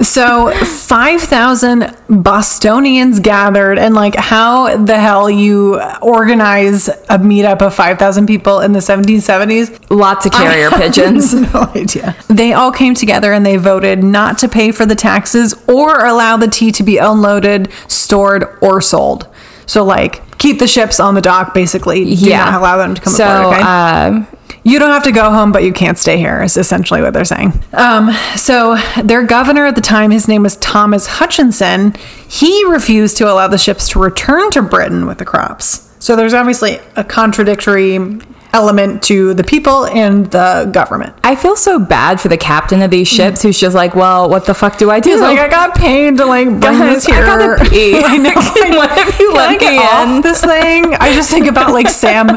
C: So 5,000 Bostonians gathered, and like, how the hell you organize a meetup of 5,000 people in the 1770s?
B: Lots of carrier pigeons.
C: no idea. They all came together and they voted not to pay for the taxes or allow the tea to be unloaded, stored, or sold. So, like, keep the ships on the dock, basically. Do
B: Yeah.
C: not allow them to come
B: so,
C: aboard, okay?
B: um,
C: You don't have to go home, but you can't stay here, is essentially what they're saying. Um, so, their governor at the time, his name was Thomas Hutchinson, he refused to allow the ships to return to Britain with the crops. So, there's obviously a contradictory element to the people and the government.
B: I feel so bad for the captain of these ships who's just like, well, what the fuck do I do?
C: He's like, I got paid to like bring
B: Guys,
C: this here.
B: I gotta pee.
C: I know.
B: Can one of you
C: Can
B: let
C: I get
B: me in?
C: off this thing? I just think about like Sam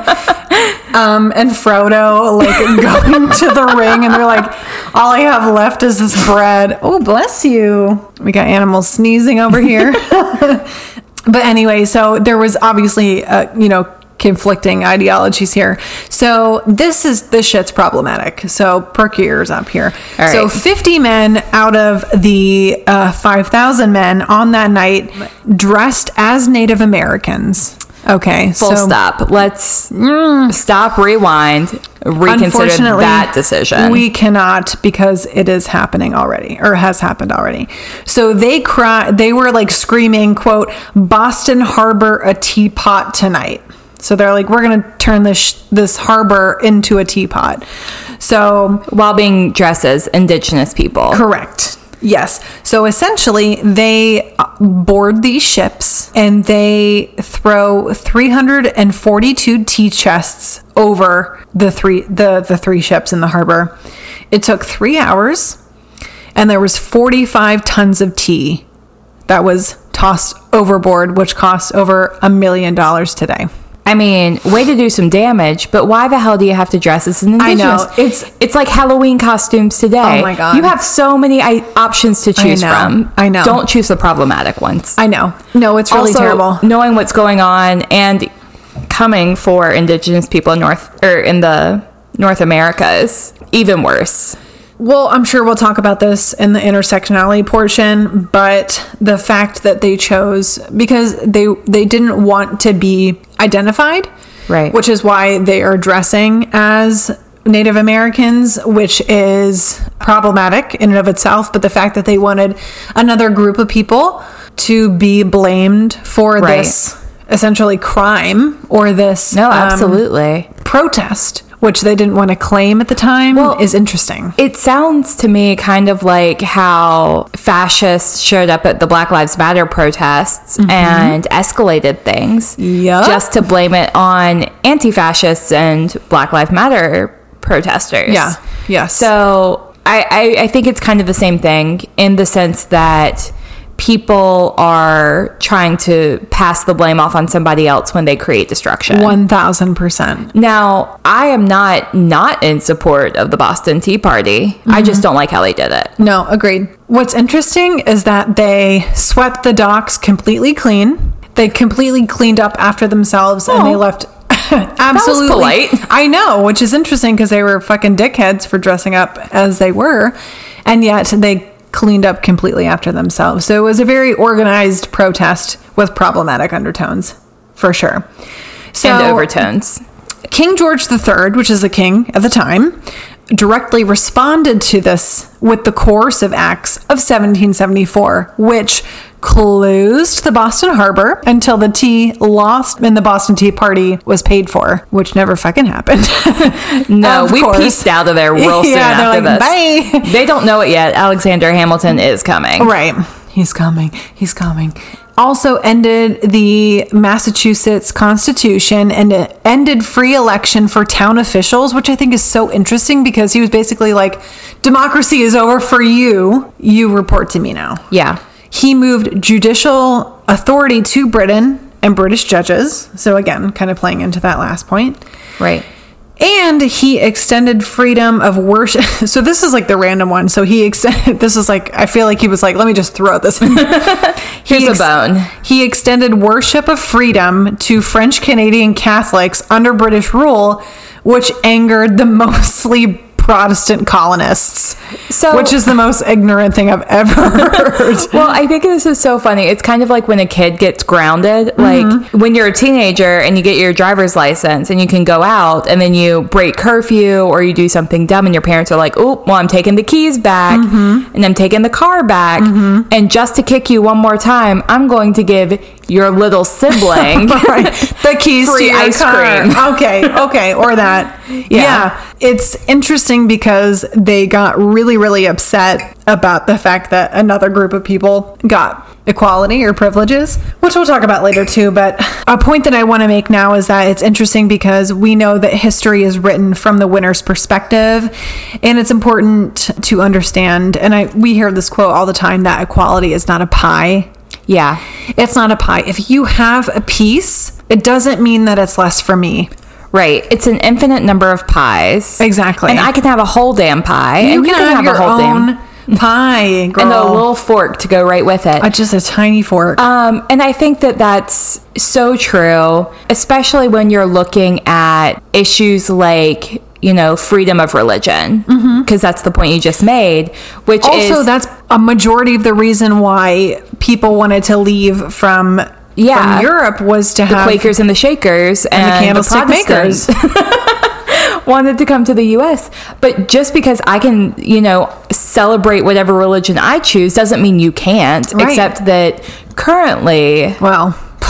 C: um, and Frodo like going to the ring, and they're like, "All I have left is this bread." Oh, bless you. We got animals sneezing over here. But anyway, so there was obviously, uh, you know, conflicting ideologies here. So this is this shit's problematic. So perk your ears up here.
B: All
C: So
B: right.
C: 50 men out of the uh, 5,000 men on that night dressed as Native Americans. Okay,
B: Full
C: so
B: stop. Let's stop, rewind, reconsider
C: Mm. unfortunately,
B: that decision.
C: We cannot because it is happening already or has happened already. So they cry they were like screaming, quote, Boston Harbor a teapot tonight. So they're like, we're gonna turn this sh- this harbor into a teapot. So
B: While being dressed as indigenous people.
C: Correct. Yes. So essentially, they uh, board these ships and they throw 342 tea chests over the three the the three ships in the harbor. It took three hours, and there was 45 tons of tea that was tossed overboard, which cost over a million dollars today.
B: I mean, way to do some damage, but why the hell do you have to dress as an
C: I
B: indigenous?
C: know, it's-
B: It's it's like Halloween costumes today.
C: Oh my God.
B: You have so many I- options to choose
C: know,
B: from.
C: I know.
B: Don't choose the problematic ones.
C: I know. No, it's really
B: also,
C: terrible.
B: Knowing what's going on and coming for indigenous people in North or in the North Americas, even worse.
C: Well, I'm sure we'll talk about this in the intersectionality portion, but the fact that they chose because they they didn't want to be identified,
B: Right.
C: Which is why they are dressing as Native Americans, which is problematic in and of itself. But the fact that they wanted another group of people to be blamed for
B: Right.
C: this essentially crime or this
B: No,
C: um,
B: absolutely.
C: protest, which they didn't want to claim at the time,
B: Well,
C: is interesting.
B: It sounds to me kind of like how fascists showed up at the Black Lives Matter protests and escalated things.
C: Mm-hmm. Yup.
B: Just to blame it on anti fascists and Black Lives Matter protesters.
C: Yeah. Yes.
B: So I, I, I think it's kind of the same thing in the sense that people are trying to pass the blame off on somebody else when they create destruction.
C: One thousand percent.
B: Now, I am not not in support of the Boston Tea Party.
C: Mm-hmm.
B: I just don't like how they did it.
C: No, agreed. What's interesting is that they swept the docks completely clean. They completely cleaned up after themselves and they
B: Oh.
C: left absolutely
B: polite.
C: I know, which is interesting because they were fucking dickheads for dressing up as they were, and yet they cleaned up completely after themselves. So it was a very organized protest with problematic undertones, for sure. So
B: and overtones.
C: King George III, which is the king at the time, directly responded to this with the coercive acts of 1774, which closed the Boston Harbor until the tea lost in the Boston Tea Party was paid for, which never fucking happened.
B: No,
C: Of
B: we
C: course.
B: pieced out of there real soon
C: Yeah,
B: after
C: they're like,
B: this.
C: "Bye."
B: They don't know it yet. Alexander Hamilton is coming.
C: Right. He's coming. He's coming. Also ended the Massachusetts Constitution and it ended free election for town officials, which I think is so interesting because he was basically like, democracy is over for you. You report to me now.
B: Yeah.
C: He moved judicial authority to Britain and British judges. So, again, kind of playing into that last point.
B: Right.
C: And he extended freedom of worship. So this is like the random one. So he extended. This is like I feel like he was like, let me just throw this. in.
B: Here's
C: he
B: a bone.
C: He extended worship of freedom to French Canadian Catholics under British rule, which angered the mostly Protestant colonists.
B: So-
C: which is the most ignorant thing I've ever heard.
B: Well, I think this is so funny. It's kind of like when a kid gets grounded. Like when you're a teenager and you get your driver's license and you can go out and then you break curfew or you do something dumb and your parents are like, oh, well, I'm taking the keys back and I'm taking the car back. And just to kick you one more time, I'm going to give your little sibling
C: right. The keys
B: Free
C: to your
B: ice
C: car.
B: cream.
C: Okay, okay, or that. Yeah. It's interesting because they got really, really upset about the fact that another group of people got equality or privileges, which we'll talk about later too. But a point that I want to make now is that it's interesting because we know that history is written from the winner's perspective. And it's important to understand, and I we hear this quote all the time that equality is not a pie.
B: yeah.
C: It's not a pie. If you have a piece, it doesn't mean that it's less for me.
B: Right. It's an infinite number of pies.
C: Exactly.
B: And I can have a whole damn pie. and
C: pie, girl.
B: and a little fork to go right with it.
C: Uh, just a tiny fork.
B: Um, and I think that that's so true, especially when you're looking at issues like, you know, freedom of religion, because that's the point you just made, which
C: Mm-hmm. also,
B: is
C: that's a majority of the reason why people wanted to leave from
B: Yeah.
C: from Europe was to
B: the
C: have
B: Quakers and the Shakers and,
C: um, the
B: the
C: candlestick
B: Protestants
C: makers.
B: wanted to come to the U.S. But just because I can, you know, celebrate whatever religion I choose doesn't mean you can't,
C: Right.
B: except that currently,
C: well,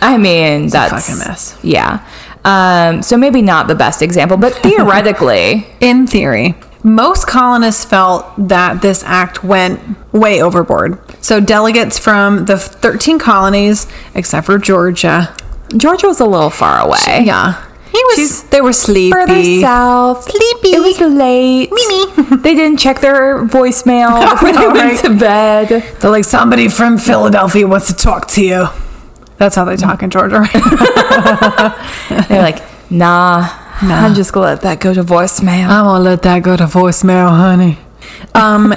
B: I mean, that's
C: fucking mess.
B: Yeah. Um, so maybe not the best example, but theoretically.
C: in theory. Most colonists felt that this act went way overboard. So delegates from the 13 colonies, except for Georgia,
B: Georgia was a little far away.
C: Yeah. He was they were sleepy.
B: Further south.
C: Sleepy.
B: It was late.
C: Mimi.
B: They didn't check their voicemail before they
C: no,
B: went
C: right.
B: to bed.
C: They're like somebody from Philadelphia wants to talk to you. That's how they talk in Georgia.
B: They're like, nah, I'm just going to let that go to voicemail.
C: I'm gonna let that go to voicemail, honey. Um,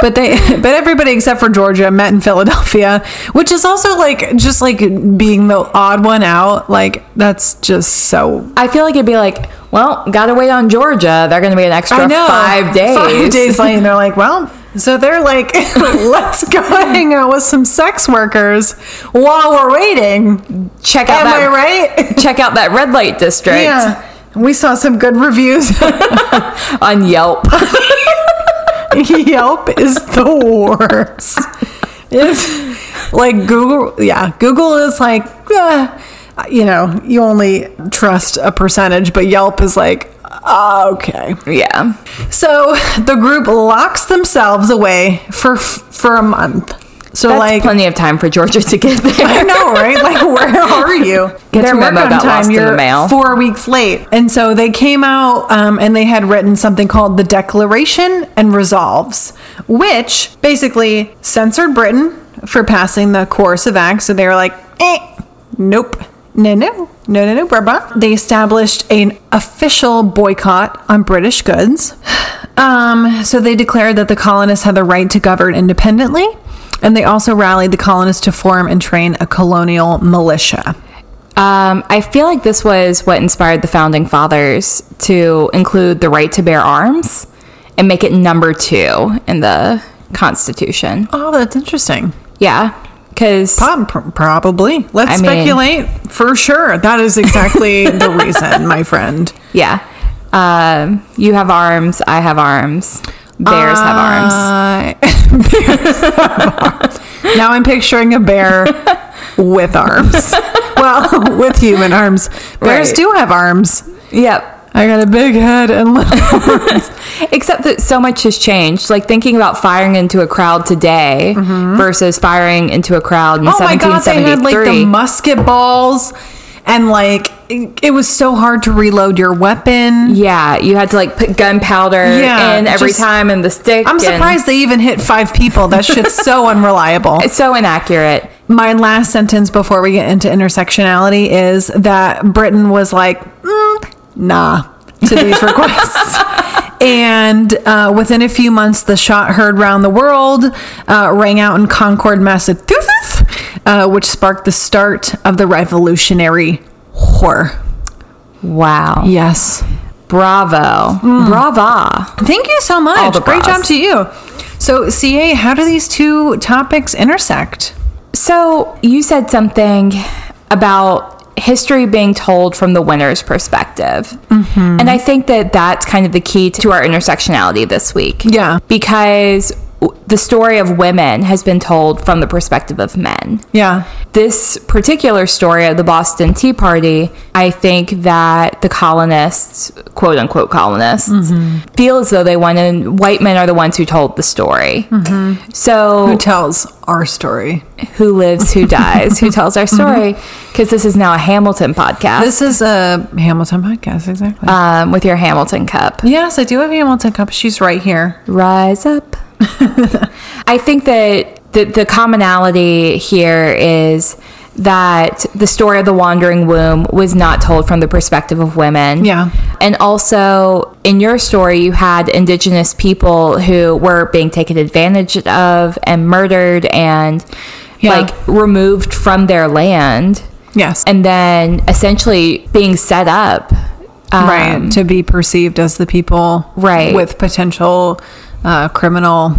C: but they, but everybody except for Georgia met in Philadelphia, which is also like just like being the odd one out. Like that's just so.
B: I feel like it'd be like, well, gotta wait on Georgia. They're gonna be an extra five days.
C: Five days later, they're like, well, so they're like, let's go hang out with some sex workers while we're waiting.
B: Check out
C: Am
B: that
C: I right?
B: Check out that red light district
C: Yeah. We saw some good reviews.
B: on Yelp.
C: Yelp is the worst. If like Google, yeah, Google is like, eh, you know, you only trust a percentage, but Yelp is like, ah, okay.
B: yeah.
C: So the group locks themselves away for for a month. So
B: That's
C: like,
B: plenty of time for Georgia to get there.
C: I know, right? Like, where are you?
B: Get
C: They're
B: your memo
C: work on
B: got lost in the mail.
C: Four weeks late, and so they came out um, and they had written something called the Declaration and Resolves, which basically censored Britain for passing the coercive act. So they were like, eh, nope. No, no, no, no, no, bruh, bruh. They established an official boycott on British goods. Um, so they declared that the colonists had the right to govern independently, and they also rallied the colonists to form and train a colonial militia.
B: Um, I feel like this was what inspired the founding fathers to include the right to bear arms and make it number two in the Constitution.
C: Oh, that's interesting.
B: Yeah, because
C: Prob- pr- probably. Let's
B: I mean-
C: speculate for sure. That is exactly the reason, my friend.
B: yeah, um, you have arms, I have arms, bears have arms.
C: Uh, bears have arms. Now I'm picturing a bear with arms. Well, with human arms. Bears
B: Right.
C: do have arms.
B: Yep.
C: I got a big head and little.
B: Except that so much has changed. Like thinking about firing into a crowd today versus firing into a crowd in
C: Mm-hmm. Oh my god, they
B: 1773.
C: had like the musket balls, and like it, it was so hard to reload your weapon.
B: yeah, you had to like put gunpowder
C: Yeah,
B: in every
C: just-
B: time and the stick.
C: I'm
B: and-
C: surprised they even hit five people. That shit's so unreliable.
B: It's so inaccurate.
C: My last sentence before we get into intersectionality is that Britain was like, "Mm, nah, to these requests. And uh, within a few months, the shot heard round the world uh, rang out in Concord, Massachusetts, uh, which sparked the start of the Revolutionary War.
B: Wow.
C: Yes.
B: Bravo.
C: Mm.
B: Brava.
C: Thank you so much.
B: the
C: Great
B: bras.
C: job to you. So, CA, how do these two topics intersect?
B: So you said something about history being told from the winner's perspective.
C: Mm-hmm.
B: And I think that that's kind of the key to our intersectionality this week.
C: Yeah.
B: Because w- the story of women has been told from the perspective of men.
C: Yeah.
B: this particular story of the Boston Tea Party, I think that the colonists, quote unquote colonists,
C: Mm-hmm.
B: feel as though they won, and white men are the ones who told the story.
C: Mm-hmm. Who
B: So,
C: tells our story?
B: who lives, who dies, who tells our story? Because this is now a Hamilton podcast
C: Mm-hmm. This is a Hamilton podcast, exactly.
B: um, with your Hamilton cup.
C: yes, I do have Hamilton cup. She's right here.
B: Rise up. I think that the, the commonality here is that the story of the wandering womb was not told from the perspective of women.
C: Yeah.
B: And also, in your story, you had indigenous people who were being taken advantage of and murdered and
C: Yeah.
B: like removed from their land
C: Yes,
B: and then essentially being set up. um,
C: right to be perceived as the people
B: Right.
C: with potential uh, criminal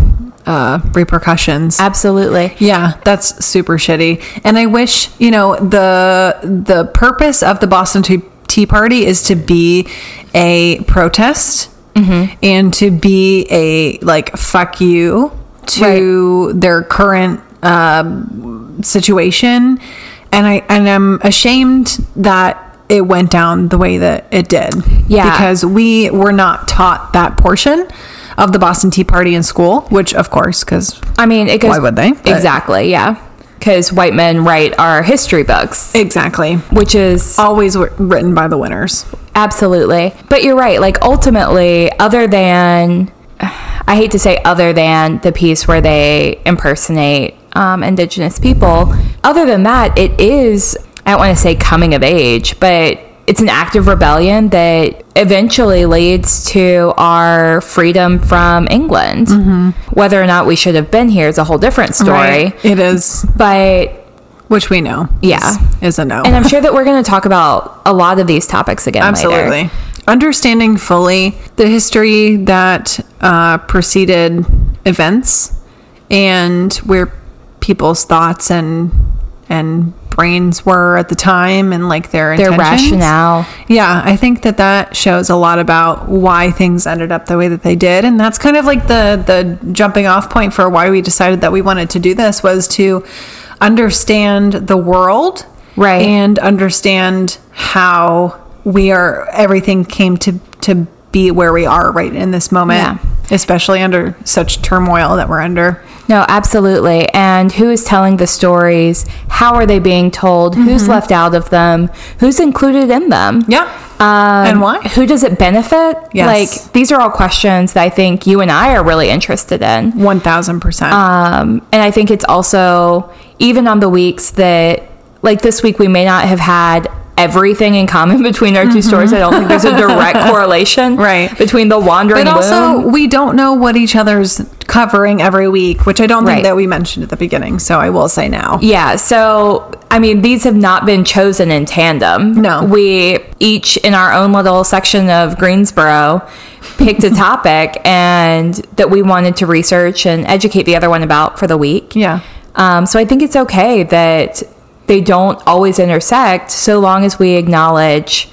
C: uh, repercussions.
B: Absolutely.
C: Yeah, that's super shitty. And I wish, you know, the the purpose of the Boston Tea, Tea Party is to be a protest and to be a like fuck you to their current um, situation. And I and I'm ashamed that it went down the way that it did.
B: Yeah.
C: Because we were not taught that portion of the Boston Tea Party in school, which of course, because
B: I mean, it goes.
C: Why would they? But-
B: Exactly. Yeah. Because white men write our history books,
C: Exactly.
B: which is
C: Always w- written by the winners.
B: absolutely. But you're right. Like, ultimately, other than, I hate to say other than the piece where they impersonate um, indigenous people, other than that, it is, I don't want to say coming of age, but it's an act of rebellion that eventually leads to our freedom from England.
C: Mm-hmm.
B: Whether or not we should have been here is a whole different story.
C: It is,
B: But
C: which we know.
B: Yeah.
C: Is, is a no.
B: and I'm sure that we're going to talk about a lot of these topics again
C: Absolutely.
B: later.
C: Understanding fully the history that uh, preceded events and where people's thoughts and and brains were at the time and like their
B: Their
C: intentions.
B: rationale.
C: Yeah, I think that that shows a lot about why things ended up the way that they did, and that's kind of like the the jumping off point for why we decided that we wanted to do this was to understand the world,
B: Right.
C: and understand how we are everything came to to be where we are right in this moment,
B: Yeah.
C: especially under such turmoil that we're under.
B: No, absolutely. And who is telling the stories? How are they being told?
C: Mm-hmm.
B: Who's left out of them? Who's included in them?
C: Yeah, and why?
B: Who does it benefit?
C: Yes.
B: Like these are all questions that I think you and I are really interested in.
C: One thousand percent.
B: Um, and I think it's also even on the weeks that, like this week, we may not have had everything in common between our 2 stories. I don't think there's a direct correlation,
C: Mm-hmm. Right.
B: between the wandering.
C: But also,
B: womb.
C: we don't know what each other's covering every week, which I don't
B: Right.
C: think that we mentioned at the beginning. So I will say now.
B: yeah. So I mean, these have not been chosen in tandem.
C: No.
B: We each in our own little section of Greensboro picked a topic and that we wanted to research and educate the other one about for the week.
C: Yeah.
B: Um, so I think it's okay that they don't always intersect so long as we acknowledge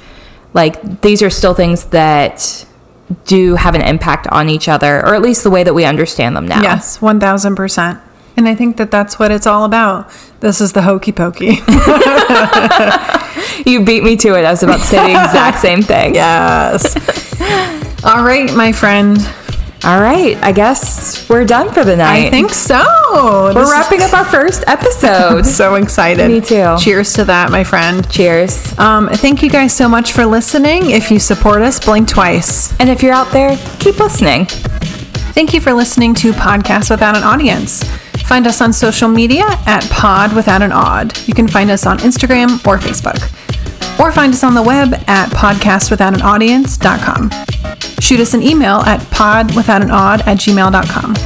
B: like these are still things that do have an impact on each other or at least the way that we understand them now.
C: Yes, 1000%. And I think that that's what it's all about. This is the hokey pokey.
B: You beat me to it. I was about to say the exact same thing.
C: yes. all right, my friend.
B: All right. I guess we're done for the night.
C: I think so.
B: we're wrapping up our first episode.
C: So excited.
B: Me too.
C: Cheers to that, my friend.
B: Cheers.
C: Um, thank you guys so much for listening. If you support us, blink twice.
B: And if you're out there, keep listening.
C: Thank you for listening to Podcast Without an Audience. Find us on social media at Pod Without an Odd. You can find us on Instagram or Facebook. Or find us on the web at podcastwithoutanoaudience.com. Shoot us an email at podwithoutanodd at gmail.com.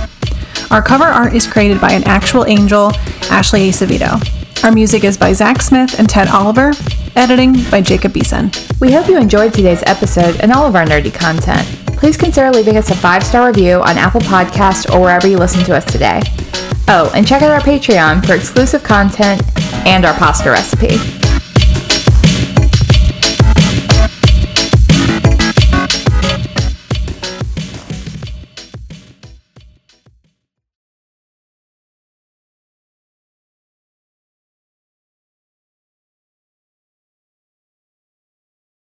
C: Our cover art is created by an actual angel, Ashley Acevedo. Our music is by Zach Smith and Ted Oliver. Editing by Jacob Beeson.
B: We hope you enjoyed today's episode and all of our nerdy content. Please consider leaving us a five star review on Apple Podcasts or wherever you listen to us today. Oh, and check out our Patreon for exclusive content and our pasta recipe.